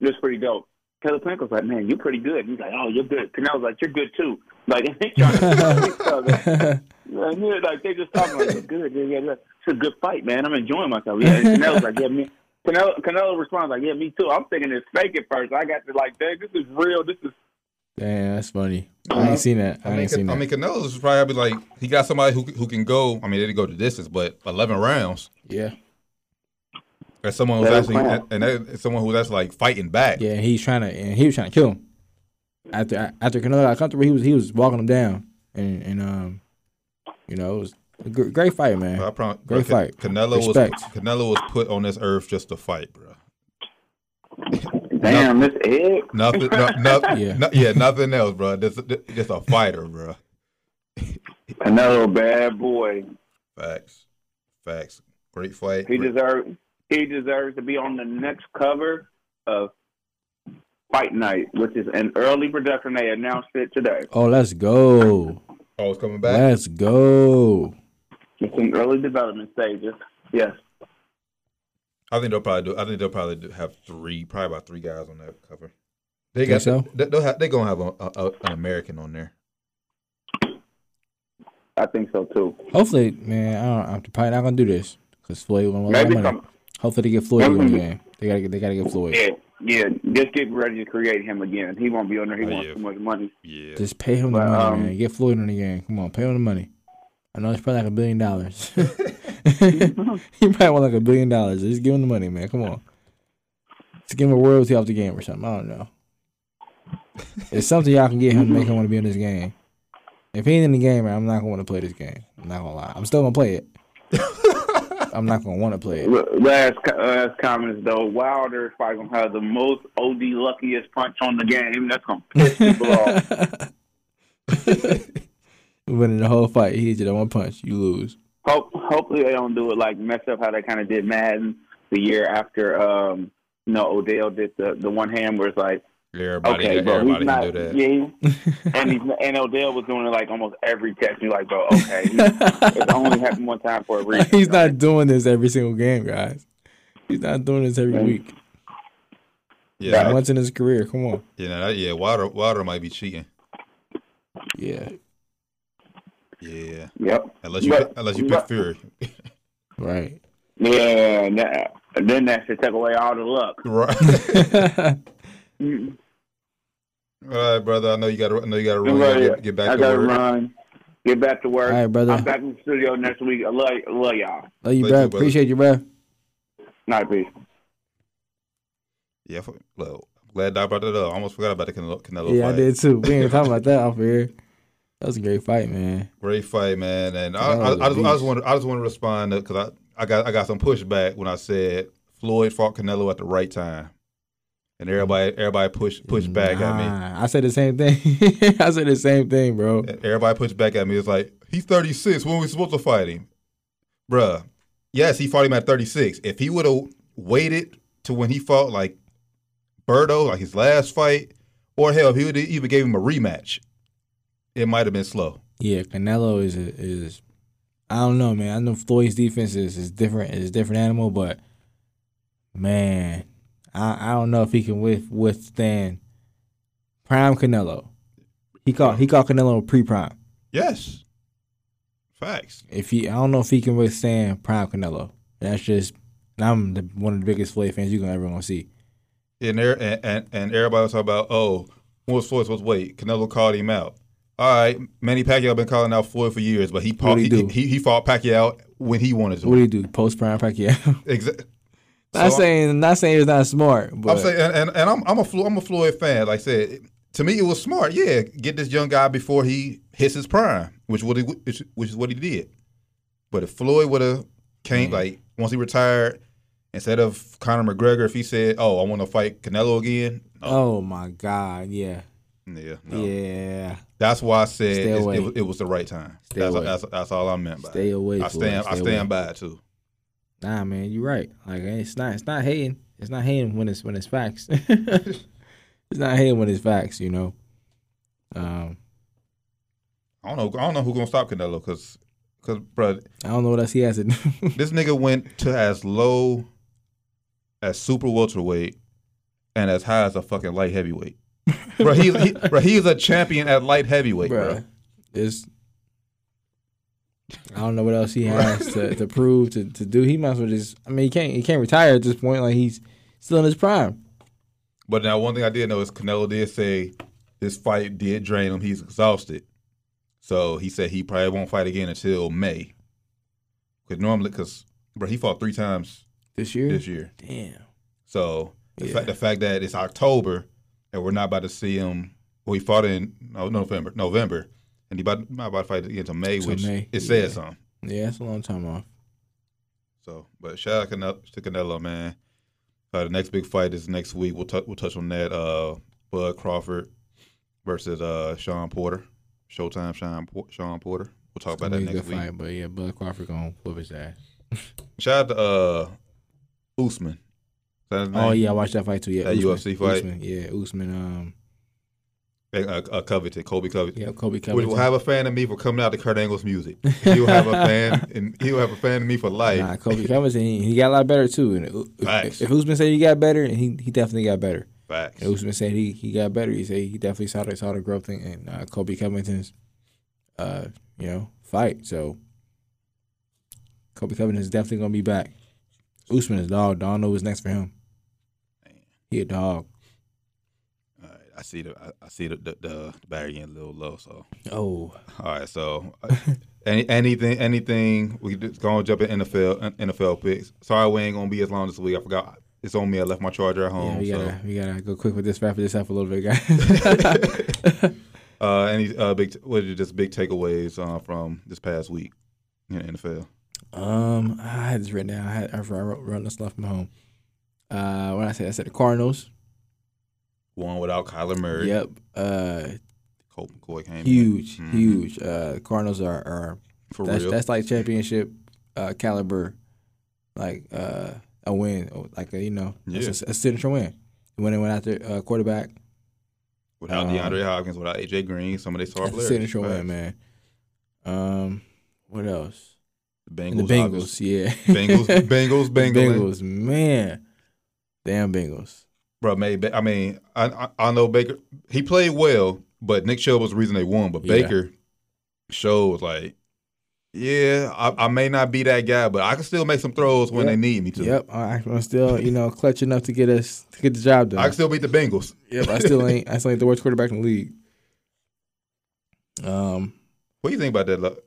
Speaker 5: It was pretty dope. Caleb Plinko's like, man, you're pretty good. He's like, oh, you're good. Canelo's like, you're good too. Like, they trying to each other. Like, yeah, like they just talking like, good, yeah, yeah, yeah. It's a good fight, man. I'm enjoying myself. Yeah, and Canelo's like, yeah, me. Canelo, Canelo responds like, yeah, me too. I'm thinking it's fake at first. I got to like, dang, this is real. This is
Speaker 4: Damn, that's funny. I ain't seen that. I,
Speaker 3: I mean,
Speaker 4: ain't seen
Speaker 3: Can-
Speaker 4: that.
Speaker 3: I mean, Canelo's probably like he got somebody who who can go. I mean, they didn't go to distance, but eleven rounds.
Speaker 4: yeah,
Speaker 3: And someone who's
Speaker 5: Eleven
Speaker 3: actually
Speaker 5: rounds.
Speaker 3: and that, someone who that's like fighting back.
Speaker 4: yeah. and He's trying to, and he was trying to kill him. After after Canelo got comfortable, he was he was walking him down, and and um, you know, it was a gr- great fight, man.
Speaker 3: I prom-
Speaker 4: Great
Speaker 3: bro,
Speaker 4: fight.
Speaker 3: Canelo
Speaker 4: Respect.
Speaker 3: was Canelo was put on this earth just to fight, bro.
Speaker 5: damn. This egg.
Speaker 3: Nothing, no, nothing,
Speaker 4: Yeah.
Speaker 3: yeah. yeah, nothing else, bro. Just, just a fighter, bro.
Speaker 5: Canelo, bad boy.
Speaker 3: Facts, facts. Great fight.
Speaker 5: He
Speaker 3: Great-
Speaker 5: deserves he deserves to be on the next cover of Fight Night, which is an early production. They announced it today.
Speaker 4: Oh, let's go,
Speaker 3: oh, it's coming back.
Speaker 4: let's go.
Speaker 5: It's in early development stages. Yes.
Speaker 3: I think they'll probably do. I think they'll probably do, have three, probably about three guys on that cover. They
Speaker 4: Think
Speaker 3: got.
Speaker 4: so?
Speaker 3: They, they'll have, they're gonna have a, a, a- an American on there.
Speaker 5: I think so too.
Speaker 4: Hopefully, man. I don't, I'm probably not gonna do this because Floyd won a lot of
Speaker 5: Maybe
Speaker 4: money.
Speaker 5: some
Speaker 4: Hopefully, they get Floyd to
Speaker 5: Maybe
Speaker 4: win the
Speaker 5: some-
Speaker 4: game. They gotta get they gotta get Floyd.
Speaker 5: yeah, yeah. Just get ready to create him again. He won't be on there. He
Speaker 3: Oh,
Speaker 5: wants
Speaker 3: yeah.
Speaker 5: too much money.
Speaker 3: Yeah.
Speaker 4: Just pay him the
Speaker 5: But,
Speaker 4: money,
Speaker 5: um,
Speaker 4: man. Get Floyd on the game. Come on, pay him the money. I know it's probably like a billion dollars. he probably want like a billion dollars. Just give him the money, man. Come on. Just give him a royalty off the game or something. I don't know. It's something y'all can get him to make him want to be in this game. If he ain't in the game, man, I'm not gonna want to play this game. I'm not gonna lie. I'm still gonna play it. I'm not gonna want to play it.
Speaker 5: L- Last co- last comment is though. Wilder is probably gonna have the most OD luckiest punch on the game. That's gonna piss people off.
Speaker 4: Winning the whole fight, he hit you that one punch, you lose.
Speaker 5: Hope, hopefully they don't do it like mess up how they kind of did Madden the year after. Um, you know, Odell did the the one hand where it's like,
Speaker 3: Everybody,
Speaker 5: okay, bro,
Speaker 3: everybody
Speaker 5: he's
Speaker 3: can
Speaker 5: not,
Speaker 3: do that.
Speaker 5: yeah, he- and he's, and Odell was doing it like almost every catch. You're like, bro, okay, he- it only happened one time for a reason.
Speaker 4: He's not doing this every single game, guys. He's not doing this every
Speaker 5: Right.
Speaker 4: week.
Speaker 3: Yeah,
Speaker 4: Once in his career, come on.
Speaker 3: yeah, that- yeah. Water, water might be cheating.
Speaker 4: Yeah,
Speaker 3: Yeah,
Speaker 5: Yep.
Speaker 3: unless you
Speaker 5: But-
Speaker 3: pick- unless you pick
Speaker 5: but-
Speaker 3: Fury,
Speaker 4: right.
Speaker 5: Yeah, and that- and then that should take away all the luck.
Speaker 3: right?
Speaker 4: yeah,
Speaker 5: Mm,
Speaker 3: All right, brother. I know you got. to I know you got to run.
Speaker 5: right,
Speaker 3: You gotta Get, get back
Speaker 5: I
Speaker 3: to
Speaker 5: gotta
Speaker 3: work.
Speaker 5: run. Get back to work.
Speaker 4: All right, brother.
Speaker 5: I'm back in the studio next week. I love, I love y'all.
Speaker 4: Love you,
Speaker 3: Thank you,
Speaker 4: bro.
Speaker 3: brother.
Speaker 4: Appreciate you, bro.
Speaker 5: Night, peace.
Speaker 3: Yeah, for, well, I'm glad I brought it up. I almost forgot about the Canelo, Canelo
Speaker 4: Yeah, I
Speaker 3: fight.
Speaker 4: did too. We ain't talking about that off here. That was a great fight, man.
Speaker 3: Great fight, man. And I,
Speaker 4: Canelo
Speaker 3: I,
Speaker 4: is
Speaker 3: I,
Speaker 4: a
Speaker 3: just, I just
Speaker 4: beast.
Speaker 3: want, I just want to respond because I, I got, I got some pushback when I said Floyd fought Canelo at the right time, and everybody, everybody pushed, pushed back at me.
Speaker 4: Mm, Nah, I said the same thing. I said the same thing, bro.
Speaker 3: And Everybody pushed back at me. It's like he's 36. When we supposed to fight him, bruh? Yes, he fought him at 36. If he would have waited to when he fought like Birdo, like his last fight, or hell, if he would even gave him a rematch, it might have been slow.
Speaker 4: Yeah, Canelo is a, is I don't know, man. I know Floyd's defense is, is different. It's a different animal, but man, I, I don't know if he can with, withstand prime Canelo. He called he called Canelo pre prime.
Speaker 3: Yes, facts.
Speaker 4: If he I don't know if he can withstand prime Canelo. That's just and I'm the, one of the biggest Floyd fans you're gonna ever gonna see.
Speaker 3: and there and, and, and everybody was talking about, oh, when was Floyd supposed to wait? Canelo called him out. All right, Manny Pacquiao been calling out Floyd for years, but he fought,
Speaker 4: What'd
Speaker 3: he,
Speaker 4: he do?
Speaker 3: he, he, fought Pacquiao when he wanted to.
Speaker 4: What do you do? Post prime Pacquiao.
Speaker 3: Exa-
Speaker 4: not
Speaker 3: So-
Speaker 4: saying not saying he's not smart, but
Speaker 3: I'm saying, and, and, and I'm I'm a Floyd, I'm a Floyd fan. Like I said, to me, it was smart. Yeah, get this young guy before he hits his prime, which what he which, which is what he did. But if Floyd would have came
Speaker 4: Mm-hmm.
Speaker 3: like once he retired, instead of Conor McGregor, if he said, "Oh, I want to fight Canelo again,"
Speaker 4: Oh my God, yeah.
Speaker 3: yeah, no.
Speaker 4: Yeah.
Speaker 3: That's why I said
Speaker 4: Stay
Speaker 3: it's- it,
Speaker 4: away.
Speaker 3: was, it was the right time.
Speaker 4: Stay
Speaker 3: that's,
Speaker 4: away.
Speaker 3: that's that's all I meant by
Speaker 4: Stay
Speaker 3: it.
Speaker 4: away,
Speaker 3: I
Speaker 4: Floyd.
Speaker 3: stand I
Speaker 4: Stay
Speaker 3: stand by it too.
Speaker 4: Nah, man, you're right. Like it's not it's not hating. It's not hating when it's when it's facts. it's not hating when it's facts, you know. Um
Speaker 3: I don't know I don't know who's gonna stop Canelo because Because, bro,
Speaker 4: I don't know what else he has to do.
Speaker 3: this nigga went to as low as super welterweight and as high as a fucking light heavyweight. bro, he's he, bro, he's a champion at light heavyweight, bro.
Speaker 4: Bruh, It's I don't know what else he has to, to prove to, to do. He might as well just I mean he can't he can't retire at this point, like he's still in his prime.
Speaker 3: But now one thing I did know is Canelo did say this fight did drain him. He's exhausted, so he said he probably won't fight again until May. Because normally, because bro, he fought three times
Speaker 4: This year?
Speaker 3: this year.
Speaker 4: Damn.
Speaker 3: So the,
Speaker 4: Yeah.
Speaker 3: fact, the fact that it's October and we're not about to see him, well, he fought in no, November, November, and he about, not about to fight again until May,
Speaker 4: Till
Speaker 3: which
Speaker 4: May,
Speaker 3: it says
Speaker 4: yeah.
Speaker 3: something.
Speaker 4: Yeah, that's a long time off.
Speaker 3: So, but shout out Canelo, to Canelo, man. Uh, the next big fight is next week. We'll tou- we'll touch on that. Uh, Bud Crawford versus uh Sean Porter, Showtime Sean Por- Sean Porter. We'll talk about that
Speaker 4: Gonna be a
Speaker 3: next
Speaker 4: good
Speaker 3: week.
Speaker 4: Fight, but yeah, Bud Crawford gonna whoop his ass.
Speaker 3: Shout out to uh Usman. Is that his
Speaker 4: Oh
Speaker 3: name?
Speaker 4: yeah, I watched that fight too. Yeah,
Speaker 3: That UFC fight?
Speaker 4: Usman, yeah, Usman. Um,
Speaker 3: Uh, uh, Covington, Kobe Covington.
Speaker 4: yeah, Kobe
Speaker 3: Which
Speaker 4: Covington.
Speaker 3: will have a fan of me for coming out to Kurt Angle's music. He'll have a fan, and he'll have a fan of me for life.
Speaker 4: Nah, Kobe Covington, he, he got a lot better too. And
Speaker 3: Facts.
Speaker 4: if, if Usman said he got better, he he definitely got better.
Speaker 3: Facts.
Speaker 4: And Usman said he, he got better. He said he definitely saw the saw the growth in, in uh, Kobe Covington's, uh, you know, fight. So Kobe Covington's definitely gonna be back. Usman is a dog. Don't know what's next for him. He a dog.
Speaker 3: All right, I see the I, I see the the, the battery getting a little low, so.
Speaker 4: Oh,
Speaker 3: All right, so uh, any, anything, anything we just gonna jump in NFL uh, NFL picks. Sorry, we ain't gonna be as long this week. I forgot it's on me. I left my charger at
Speaker 4: yeah,
Speaker 3: home.
Speaker 4: we gotta
Speaker 3: so
Speaker 4: we gotta go quick with this. Wrap this up a little bit, guys.
Speaker 3: uh, any uh, big what are just big takeaways uh, from this past week in the NFL?
Speaker 4: um, I had this written down. I had I wrote, wrote this stuff from home. Uh, when I said I said the Cardinals.
Speaker 3: One without Kyler Murray,
Speaker 4: Yep. Uh,
Speaker 3: Colt McCoy came in.
Speaker 4: huge,
Speaker 3: Mhm.
Speaker 4: huge. Uh, Cardinals are are
Speaker 3: for
Speaker 4: that's,
Speaker 3: real.
Speaker 4: That's like championship uh, caliber, like uh, a win, or like a, you know,
Speaker 3: Yeah.
Speaker 4: it's a, a signature win. When they went after uh, quarterback,
Speaker 3: without
Speaker 4: uh,
Speaker 3: DeAndre Hopkins, without AJ Green, some of their star
Speaker 4: that's a
Speaker 3: players.
Speaker 4: signature
Speaker 3: Facts.
Speaker 4: win, man. Um, what else?
Speaker 3: The
Speaker 4: And the
Speaker 3: Bengals,
Speaker 4: Bengals,
Speaker 3: obviously.
Speaker 4: yeah,
Speaker 3: Bengals, Bengals, Bengals, Bengals.
Speaker 4: Bengals, man, damn Bengals.
Speaker 3: Bro, made Ba- I mean, I, I I know Baker. He played well, but Nick Chubb was the reason they won. But
Speaker 4: Yeah.
Speaker 3: Baker showed like, yeah, I, I may not be that guy, but I can still make some throws when
Speaker 4: Yep.
Speaker 3: they need me to.
Speaker 4: Yep, I- I'm still you know clutch enough to get us to get the job done.
Speaker 3: I can still beat the Bengals.
Speaker 4: yep, I still ain't I still ain't the worst quarterback in the league. Um,
Speaker 3: What do you think about that? Look,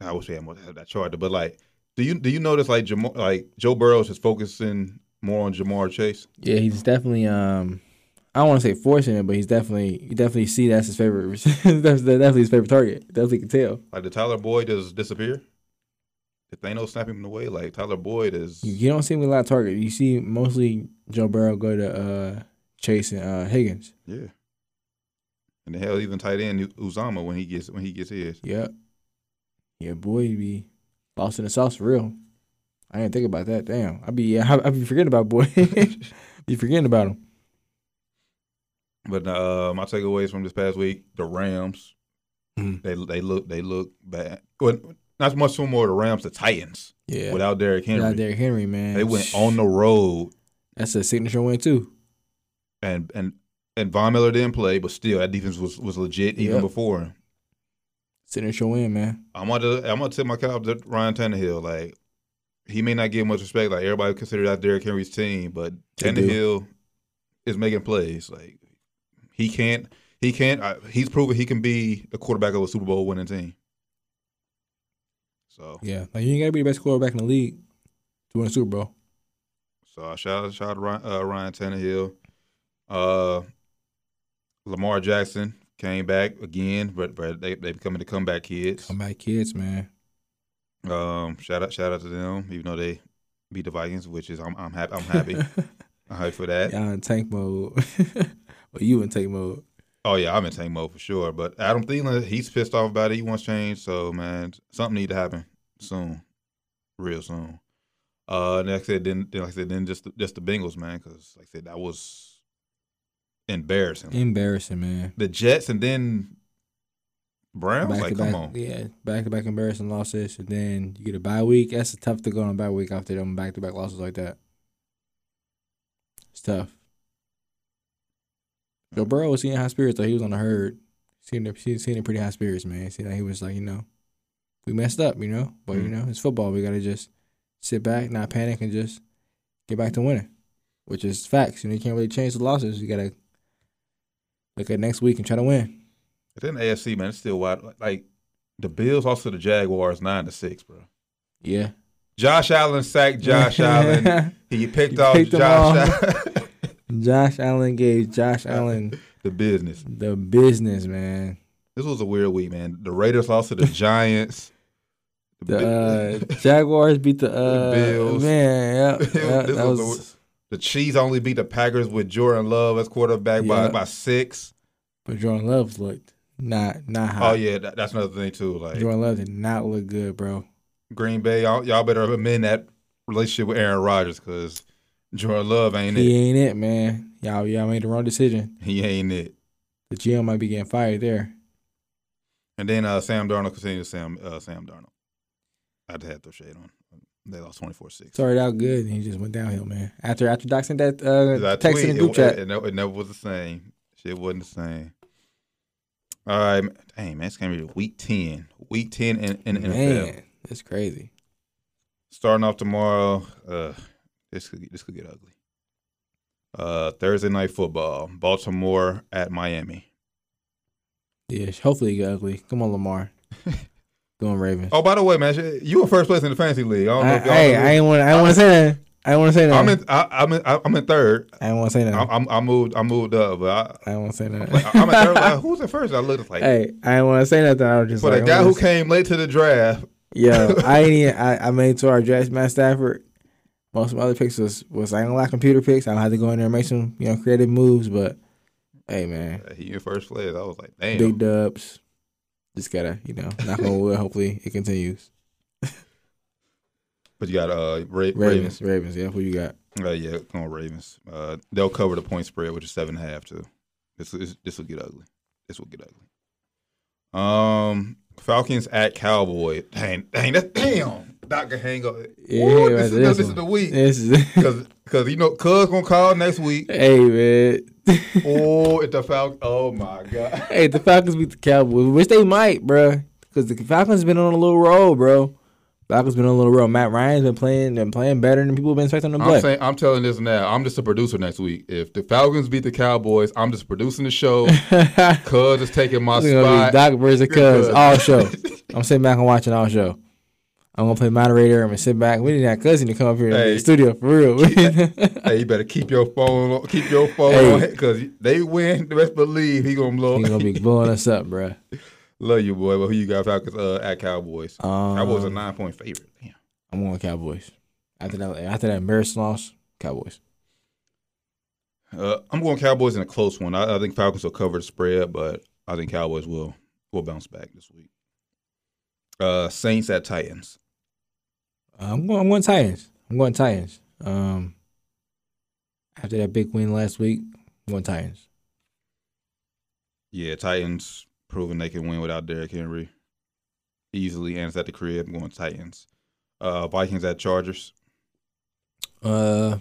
Speaker 3: I wish we had more had that chart, but like, do you do you notice like Jamar, like Joe Burrows is focusing more on Jamar Chase?
Speaker 4: Yeah, he's definitely. Um, I don't want to say forcing it, but he's definitely. You definitely see that's his favorite. that's definitely his favorite target. Definitely can tell.
Speaker 3: Like, did Tyler Boyd just disappear? Did Thanos snap him away? Like Tyler Boyd is
Speaker 4: You, you don't see him with a lot of target. You see mostly Joe Burrow go to uh, Chase and uh, Higgins.
Speaker 3: Yeah. And the hell, even tight end Uzama when he gets when he gets his.
Speaker 4: Yep. Yeah, boy, he be lost in the sauce for real. I didn't think about that. Damn, I be yeah, I, I be forgetting about boy. be forgetting about him.
Speaker 3: But uh, my takeaways from this past week: the Rams,
Speaker 4: Hmm.
Speaker 3: they they look they look bad. Well, not much for more the Rams, the Titans
Speaker 4: Yeah,
Speaker 3: without Derrick Henry.
Speaker 4: without Derrick Henry, man,
Speaker 3: They went on the road
Speaker 4: That's a signature win too.
Speaker 3: and and and Von Miller didn't play, but still that defense was was legit even
Speaker 4: Yep.
Speaker 3: before him.
Speaker 4: Signature win, man.
Speaker 3: I'm gonna I'm gonna tip my cap to Ryan Tannehill. Like he may not get much respect. Like everybody considered that Derrick Henry's team, but
Speaker 4: They do.
Speaker 3: Tannehill is making plays. Like he can't. He can't. I, he's proven he can be the quarterback of a Super Bowl winning team. So,
Speaker 4: Yeah, like you ain't gotta be the best quarterback in the league to win a Super Bowl.
Speaker 3: so I shout shout out to Ryan, uh, Ryan Tannehill. Uh, Lamar Jackson came back again, but, but they they becoming the comeback kids.
Speaker 4: Comeback kids, man.
Speaker 3: Um, shout out, shout out to them, even though they beat the Vikings, which is I'm, I'm happy. I'm happy. I'm happy for that.
Speaker 4: Y'all in tank mode. well, you in tank mode.
Speaker 3: Oh yeah, I'm in tank mode for sure. But Adam Thielen, he's pissed off about it. He wants change. So man, something need to happen soon, real soon. Uh, next said then, then like I said then just the, just the Bengals, man, because like I said that was embarrassing.
Speaker 4: Embarrassing, man.
Speaker 3: the Jets and then Browns?
Speaker 4: back
Speaker 3: like,
Speaker 4: to
Speaker 3: come
Speaker 4: back,
Speaker 3: on.
Speaker 4: yeah, back to back embarrassing losses, and then you get a bye week. That's tough to go on a bye week after them back to back losses like that. It's tough. Joe Burrow was seeing high spirits though. He was on the herd, seeing it, seeing seeing it pretty high spirits, man. See, like he was like, you know, we messed up, you know, but you
Speaker 3: Mhm.
Speaker 4: know, it's football. We gotta just sit back, not panic, and just get back to winning, which is facts. You know, you can't really change the losses. You gotta look at next week and try to win.
Speaker 3: But then AFC, man, it's still wide. Like, the Bills lost to the Jaguars 9 to 6, bro.
Speaker 4: Yeah,
Speaker 3: Josh Allen sacked Josh Allen. He picked
Speaker 4: You
Speaker 3: off
Speaker 4: picked them
Speaker 3: Josh
Speaker 4: off.
Speaker 3: Allen.
Speaker 4: Josh Allen gave Josh Allen
Speaker 3: the business.
Speaker 4: the business, man.
Speaker 3: This was a weird week, man. The Raiders lost to the Giants.
Speaker 4: The uh,
Speaker 3: Bi-
Speaker 4: Jaguars beat the, uh,
Speaker 3: Bills.
Speaker 4: Man, yeah,
Speaker 3: This
Speaker 4: that,
Speaker 3: was
Speaker 4: that was,
Speaker 3: the worst. the Chiefs only beat the Packers with Jordan Love as quarterback by,
Speaker 4: Yeah.
Speaker 3: by six.
Speaker 4: but Jordan Love looked not not
Speaker 3: Oh
Speaker 4: hot.
Speaker 3: yeah, that, that's another thing too. Like
Speaker 4: Jordan Love did not look good, bro.
Speaker 3: Green Bay, y'all, y'all better amend that relationship with Aaron Rodgers because Jordan Love ain't
Speaker 4: He
Speaker 3: it.
Speaker 4: ain't it, man. Y'all y'all made the wrong decision.
Speaker 3: He ain't it.
Speaker 4: The GM might be getting fired there.
Speaker 3: And then uh, Sam Darnold continues. Sam uh, Sam Darnold. I had to have to shade on. They lost twenty four six.
Speaker 4: Started out good and he just went downhill, man. After after Doc sent that uh,
Speaker 3: That
Speaker 4: text in the group
Speaker 3: it,
Speaker 4: chat,
Speaker 3: It, it, never- it never was the same. Shit wasn't the same. All right, man. dang man, it's gonna be week ten. Week ten in, in the NFL.
Speaker 4: man, that's crazy.
Speaker 3: Starting off tomorrow. Uh, this could get- this could get ugly. Uh, Thursday night football. Baltimore at Miami.
Speaker 4: Yeah, hopefully he got ugly. Come on, Lamar. Going Ravens.
Speaker 3: Oh, by the way, man, shit, you were first place in the fantasy league. I don't know
Speaker 4: I,
Speaker 3: if y'all
Speaker 4: hey,
Speaker 3: know
Speaker 4: I
Speaker 3: this.
Speaker 4: ain't want. I want to say that. I want to say that.
Speaker 3: I'm in. I, I'm in. I, I'm in third.
Speaker 4: I want to say that.
Speaker 3: I, I'm. I moved. I moved up, but
Speaker 4: I want to say
Speaker 3: I, like, I'm in third. Like,
Speaker 4: that.
Speaker 3: who's the first? I looked like
Speaker 4: hey, I didn't want to say nothing. I was just
Speaker 3: for
Speaker 4: like,
Speaker 3: the guy
Speaker 4: I'm
Speaker 3: who
Speaker 4: just-
Speaker 3: came late to the draft.
Speaker 4: Yo, I ain't. Even, I, I made to our draft Matt Stafford. Most of my other picks was was I ain't gonna lie, computer picks. I had to go in there and make some you know creative moves, but hey man,
Speaker 3: Uh, He in first place. I was like, damn.
Speaker 4: big dubs. Just gotta you know knock on wood. Hopefully it continues.
Speaker 3: But you got uh Ra- Ravens.
Speaker 4: Ravens, Ravens. Yeah, who you got?
Speaker 3: Uh, yeah, going Ravens. Uh, they'll cover the point spread, which is seven and a half too. This is this will get ugly. This will get ugly. Um, Falcons at Cowboy. Dang, dang, that's damn. Doctor Hango.
Speaker 4: Yeah,
Speaker 3: Ooh,
Speaker 4: right,
Speaker 3: this, is,
Speaker 4: this
Speaker 3: this is
Speaker 4: one.
Speaker 3: the week
Speaker 4: This is
Speaker 3: because because you know Cuz gonna call next week.
Speaker 4: hey man.
Speaker 3: Oh, if the Falcons. Oh my god.
Speaker 4: hey, the Falcons beat the Cowboys, which they might, bruh. Because the Falcons been on a little roll, bro. Falcons been on a little roll. Matt Ryan's been playing and playing better than people been expecting him to play.
Speaker 3: I'm saying I'm telling this now. I'm just a producer next week. If the Falcons beat the Cowboys, I'm just producing the show. Cuz is taking my
Speaker 4: It's gonna be
Speaker 3: spot.
Speaker 4: Doc versus Cuz all show. I'm sitting back and watching all show. I'm gonna play moderator. I'm gonna sit back. We need that cousin to come up here in
Speaker 3: Hey.
Speaker 4: the studio for real. he
Speaker 3: Hey, you better keep your phone on. Keep your phone
Speaker 4: Hey.
Speaker 3: on because they win. The best believe he gonna blow.
Speaker 4: gonna be blowing us up, bruh.
Speaker 3: Love you, boy. But who you got? Falcons uh, at Cowboys.
Speaker 4: Um,
Speaker 3: Cowboys a nine point favorite. Damn.
Speaker 4: I'm going Cowboys. After that, after that embarrassing loss, Cowboys.
Speaker 3: Uh, I'm going Cowboys in a close one. I, I think Falcons will cover the spread, but I think Cowboys will will bounce back this week. Uh, Saints at Titans.
Speaker 4: Uh, I'm going. I'm going Titans. I'm going Titans. Um, after that big win last week, I'm going Titans.
Speaker 3: Yeah, Titans proven they can win without Derrick Henry easily. And it's at the crib. I'm going Titans. Uh, Vikings at Chargers.
Speaker 4: Uh,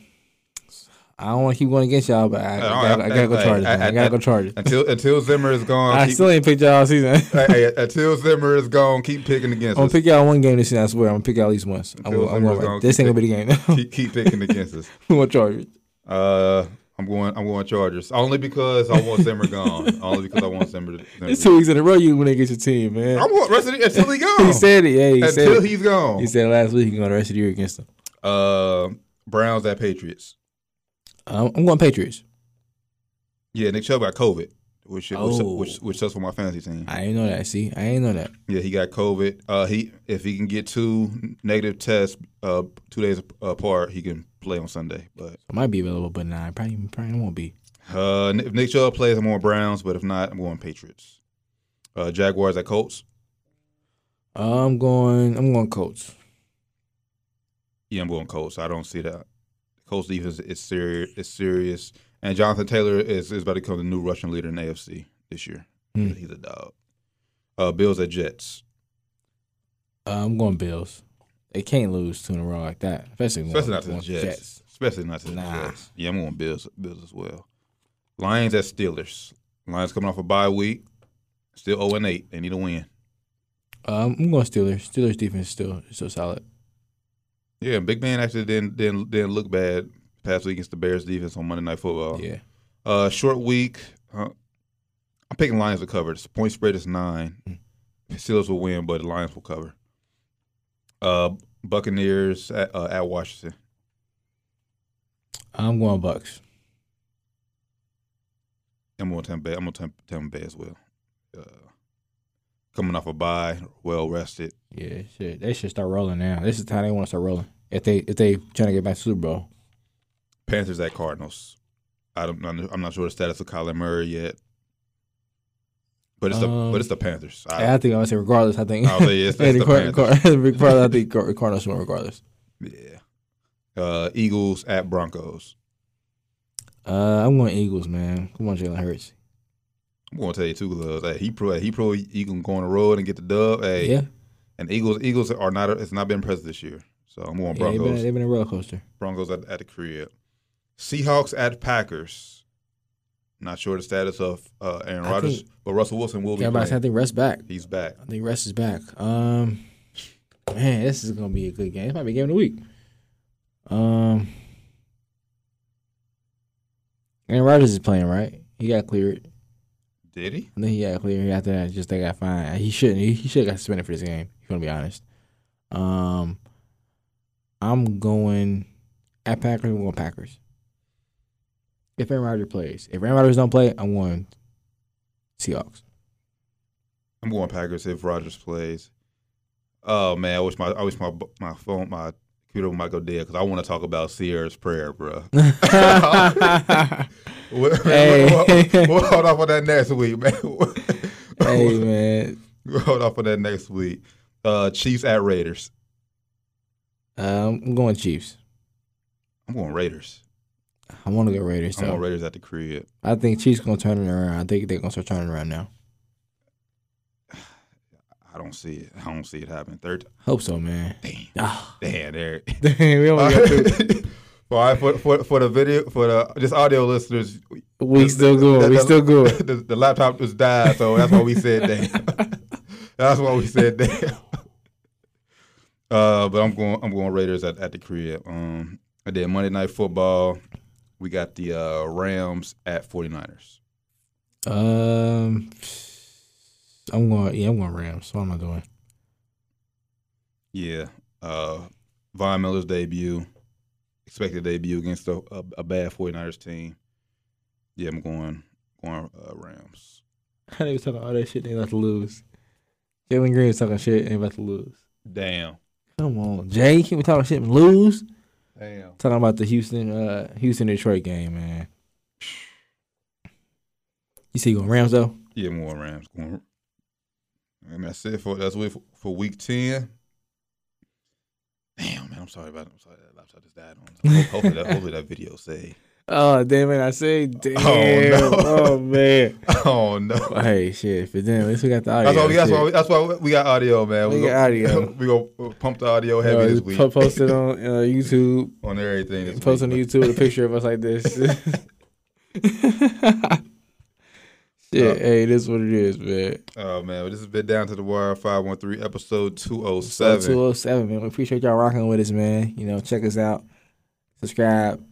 Speaker 4: I don't want to keep going against y'all, but I, I,
Speaker 3: No,
Speaker 4: gotta, I,
Speaker 3: I-
Speaker 4: gotta go
Speaker 3: I-
Speaker 4: Chargers.
Speaker 3: I-
Speaker 4: man. I,
Speaker 3: I-
Speaker 4: gotta
Speaker 3: I-
Speaker 4: go Chargers.
Speaker 3: Until until Zimmer is gone,
Speaker 4: I
Speaker 3: keep-
Speaker 4: still ain't picked y'all all season.
Speaker 3: hey, hey, until Zimmer is gone, keep picking
Speaker 4: I'm
Speaker 3: against
Speaker 4: gonna
Speaker 3: us.
Speaker 4: pick y'all one game this season. I swear, I'm gonna pick y'all at least once.
Speaker 3: Phil
Speaker 4: I'm, gonna- I'm
Speaker 3: Zimmer's
Speaker 4: gonna,
Speaker 3: gonna
Speaker 4: this ain't gonna be the game.
Speaker 3: keep, keep picking against us.
Speaker 4: I'm going Chargers.
Speaker 3: Uh, I'm going. I'm going Chargers only because I want Zimmer gone. Only because I want Zimmer. To, Zimmer
Speaker 4: It's two weeks in a row. You win against your team, man.
Speaker 3: I'm going rest of the, until he gone.
Speaker 4: he said it. Yeah, he said
Speaker 3: until
Speaker 4: it.
Speaker 3: he's gone.
Speaker 4: He said it last week. He's going the rest of the year against them.
Speaker 3: uh, Browns at Patriots.
Speaker 4: I'm, I'm going Patriots.
Speaker 3: Yeah, Nick Chubb got COVID, which
Speaker 4: Oh.
Speaker 3: which, which which sucks for my fantasy team.
Speaker 4: I ain't know that. See, I ain't know that.
Speaker 3: Yeah, he got COVID. Uh, he if he can get two negative tests uh two days apart, he can play on Sunday. But
Speaker 4: I might be available, but nah, I probably probably won't be.
Speaker 3: Uh, if Nick Chubb plays, I'm on Browns, but if not, I'm going Patriots. Uh, Jaguars at Colts.
Speaker 4: I'm going. I'm going Colts.
Speaker 3: Yeah, I'm going Colts. I don't see that. Colts defense is serious. Is serious. And Jonathan Taylor is, is about to become the new rushing leader in the AFC this year.
Speaker 4: Hmm.
Speaker 3: He's a dog. Uh, Bills at Jets.
Speaker 4: Uh, I'm going Bills. They can't lose two in a row like that, especially, when-
Speaker 3: Especially not to the
Speaker 4: when
Speaker 3: Jets. Especially not to the
Speaker 4: Nah.
Speaker 3: Jets. Yeah, I'm on Bills Bills as well. Lions at Steelers. Lions coming off a bye week. Still 0 and 8. They need a win.
Speaker 4: Um, I'm going Steelers. Steelers defense is still is still solid.
Speaker 3: Yeah, and Big Ben actually didn't didn't didn't look bad past week against the Bears defense on Monday Night Football.
Speaker 4: Yeah.
Speaker 3: Uh, short week. Uh, I'm picking Lions to cover. The point spread is nine. Steelers will win, but the Lions will cover. Uh, Buccaneers at, uh, at Washington.
Speaker 4: I'm going Bucks.
Speaker 3: I'm on Tampa Bay. I'm on Tam- Tampa Bay as well. Uh, coming off a bye, well rested.
Speaker 4: Yeah, shit. They should start rolling now. This is the time they want to start rolling. If they if they trying to get back to Super Bowl.
Speaker 3: Panthers at Cardinals. I don't. I'm not sure the status of Kyler Murray yet. But it's the
Speaker 4: Um,
Speaker 3: but it's the Panthers. I-
Speaker 4: I, think I'm gonna say regardless. I think.
Speaker 3: I'll say yes, that's the
Speaker 4: Regard-
Speaker 3: Panthers.
Speaker 4: regard- regardless, I think Car- Cardinals win regardless.
Speaker 3: yeah. Uh, Eagles at Broncos.
Speaker 4: Uh, I'm going Eagles, man. Come on, Jalen Hurts.
Speaker 3: I'm gonna tell you two gloves. Hey, he pro. He pro. You can go on the road and get the dub. Hey,
Speaker 4: Yeah,
Speaker 3: And Eagles. Eagles are not. It's not been present this year. So I'm going
Speaker 4: yeah they've
Speaker 3: Broncos.
Speaker 4: been they've been a roller coaster.
Speaker 3: Broncos at, at the crib. Seahawks at Packers. Not sure the status of uh, Aaron
Speaker 4: I
Speaker 3: Rodgers,
Speaker 4: think-
Speaker 3: but Russell Wilson will be
Speaker 4: Everybody said I
Speaker 3: playing.
Speaker 4: think rest back.
Speaker 3: He's back.
Speaker 4: I think rest is back. Um, man, this is gonna be a good game. This might be game of the week. Um, Aaron Rodgers is playing, right? He got cleared.
Speaker 3: Did he?
Speaker 4: I think he got cleared after that. Just they got fined. He shouldn't. He, he should have got suspended for this game. If you want to be honest. Um, I'm going at Packers. I'm going Packers. If Aaron Rodgers plays, if Aaron Rodgers don't play, I'm going Seahawks.
Speaker 3: I'm going Packers if Rodgers plays. Oh man, I wish my I wish my my phone my computer might go dead because I want to talk about Sierra's prayer, bro. we'll,
Speaker 4: Hey.
Speaker 3: we'll- we'll hold off on that next week, man. We'll-
Speaker 4: hey man,
Speaker 3: we'll hold off on that next week. Uh, Chiefs at Raiders.
Speaker 4: um, I'm going Chiefs.
Speaker 3: I'm going Raiders.
Speaker 4: I want to go Raiders.
Speaker 3: I'm going
Speaker 4: though.
Speaker 3: Raiders at the crib.
Speaker 4: I think Chiefs gonna turn it around. I think they're gonna start turning around now.
Speaker 3: I don't see it. I don't see it happen. Third,
Speaker 4: Hope so, man. Ah,
Speaker 3: damn, there.
Speaker 4: Damn, we only got two
Speaker 3: All right, for, for for the video for the just audio listeners,
Speaker 4: We still good. We still good.
Speaker 3: The, the laptop just died, so that's why we said damn. that's why we said damn. Uh, but I'm going. I'm going Raiders at, at the crib. Um, I did Monday Night Football. We got the uh, Rams at 49ers.
Speaker 4: Um, I'm going. Yeah, I'm going Rams. What am I doing?
Speaker 3: Yeah. Uh, Von Miller's debut, expected debut against a, a, a bad 49ers team. Yeah, I'm going going uh, Rams.
Speaker 4: I was talking all that shit. They about to lose. Jalen Green was talking shit. They about to lose.
Speaker 3: Damn.
Speaker 4: Come on, Jay. You Can't be talking shit and lose.
Speaker 3: Damn.
Speaker 4: Talking about the Houston, uh, Houston Detroit game, man. You see, you going Rams though.
Speaker 3: Yeah, more Rams. Going. I mean, that's it for that's it for, for week ten. Damn, man, I'm sorry about it. I'm sorry that laptop just died on. us. hopefully, that hopefully that video saved.
Speaker 4: Oh damn it! I say damn.
Speaker 3: no.
Speaker 4: man.
Speaker 3: Oh no.
Speaker 4: hey, shit. If it didn't, at least we got the audio.
Speaker 3: That's why, we, that's,
Speaker 4: shit.
Speaker 3: why we, that's why we got audio, man.
Speaker 4: We got audio.
Speaker 3: we gonna pump the audio
Speaker 4: You
Speaker 3: heavy
Speaker 4: know,
Speaker 3: this
Speaker 4: po-
Speaker 3: week.
Speaker 4: post it on uh, YouTube.
Speaker 3: on everything. This
Speaker 4: Post on
Speaker 3: week.
Speaker 4: YouTube with a picture of us like this. yeah, hey, this is what it is, man.
Speaker 3: Oh man, well, this has been down to the wire. Five one three, episode two oh
Speaker 4: Two
Speaker 3: seven.
Speaker 4: oh seven, man. We appreciate y'all rocking with us, man. You know, check us out, subscribe.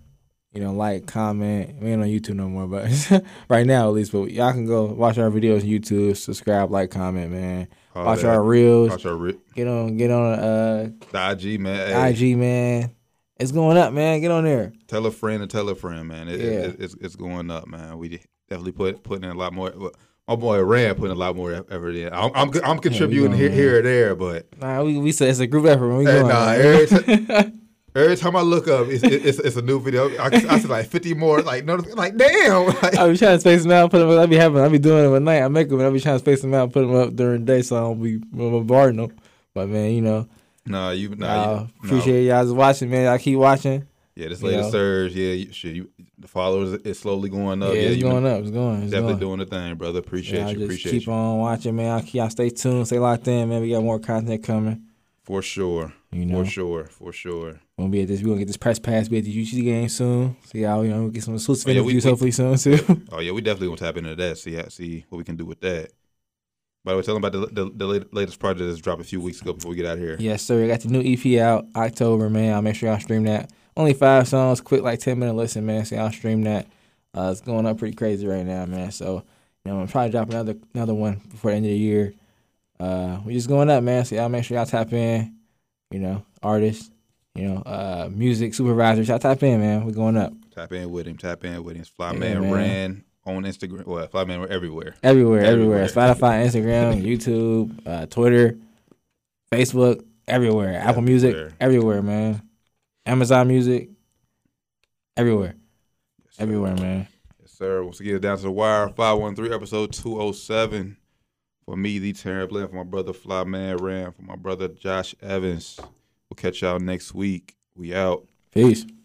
Speaker 4: You know, like, comment. We ain't on YouTube no more, but right now at least. But y'all can go watch our videos on YouTube. Subscribe, like, comment, man.
Speaker 3: All
Speaker 4: watch
Speaker 3: that.
Speaker 4: our reels.
Speaker 3: Watch our re-
Speaker 4: Get on, get on. Uh,
Speaker 3: the IG man. Hey,
Speaker 4: IG, man. It's going up, man. Get on there.
Speaker 3: Tell a friend and tell a friend, man. It, it-
Speaker 4: Yeah.
Speaker 3: it's, it's going up, man. We definitely put putting in a lot more. well, My boy Rand putting a lot more effort in. I'm I'm, I'm contributing
Speaker 4: going,
Speaker 3: here,
Speaker 4: man.
Speaker 3: here or there, but
Speaker 4: Nah, we we said it's a group effort. man. We
Speaker 3: hey,
Speaker 4: going,
Speaker 3: nah,
Speaker 4: man.
Speaker 3: every, ti- every time I look up, it's, it- it's, it's a new video. I, I see like 50 more. Like no, like damn. Like,
Speaker 4: I be trying to space them out, put them. I be having, I be doing them at night. I make them, and I be trying to space them out, put them up during the day, so I don't be bombarding them. But man, you know,
Speaker 3: nah, you nah,
Speaker 4: I
Speaker 3: you, nah.
Speaker 4: appreciate y'all just watching, man. Y'all keep watching.
Speaker 3: Yeah, this
Speaker 4: You
Speaker 3: latest
Speaker 4: know?
Speaker 3: surge. Yeah, you, shit, you, the followers is slowly going
Speaker 4: Yeah,
Speaker 3: up.
Speaker 4: it's
Speaker 3: Oh, you
Speaker 4: going up. It's going. It's
Speaker 3: Definitely
Speaker 4: going.
Speaker 3: doing the thing, brother. Appreciate
Speaker 4: Y'all
Speaker 3: you.
Speaker 4: just
Speaker 3: Appreciate
Speaker 4: keep
Speaker 3: you
Speaker 4: on watching, man. Y'all, y'all stay tuned, stay locked in, man. We got more content coming.
Speaker 3: for sure.
Speaker 4: You know,
Speaker 3: For sure. For sure.
Speaker 4: we'll be at this. We gonna get this press pass. Be at the UC game soon. So y'all, you know, we'll get some exclusive
Speaker 3: Oh, yeah, we-
Speaker 4: interviews
Speaker 3: we-
Speaker 4: hopefully soon too.
Speaker 3: Oh yeah, we definitely gonna tap into that. See how, see what we can do with that. By the way, tell them about the the, the late- latest project that's dropped a few weeks ago before we get out of here.
Speaker 4: yes, sir. We got the new EP out October, man. I'll make sure y'all stream that. Only five songs, quick, like ten minute listen, man. So y'all stream that. Uh, it's going up pretty crazy right now, man. So you know, I'm probably drop another another one before the end of the year. Uh, we just going up, man. So y'all make sure y'all tap in. You know, artists, you know, uh, music supervisors, y'all tap in, man. We're going up.
Speaker 3: Tap in with him. Tap in with him. It's Flyman
Speaker 4: Yeah, man.
Speaker 3: Ran on Instagram. Well, Flyman Ran everywhere.
Speaker 4: Everywhere, everywhere.
Speaker 3: Everywhere.
Speaker 4: Spotify, Instagram, YouTube, uh, Twitter, Facebook, everywhere. Apple Music,
Speaker 3: Everywhere.
Speaker 4: everywhere, man. Amazon Music, everywhere. Everywhere, man.
Speaker 3: Yes, sir. Once again, down to the wire. Five one three, episode two oh seven. For me, the Terran Bland. For my brother Flyman Ran. For my brother Josh Evans. We'll catch y'all next week. We out.
Speaker 4: Peace.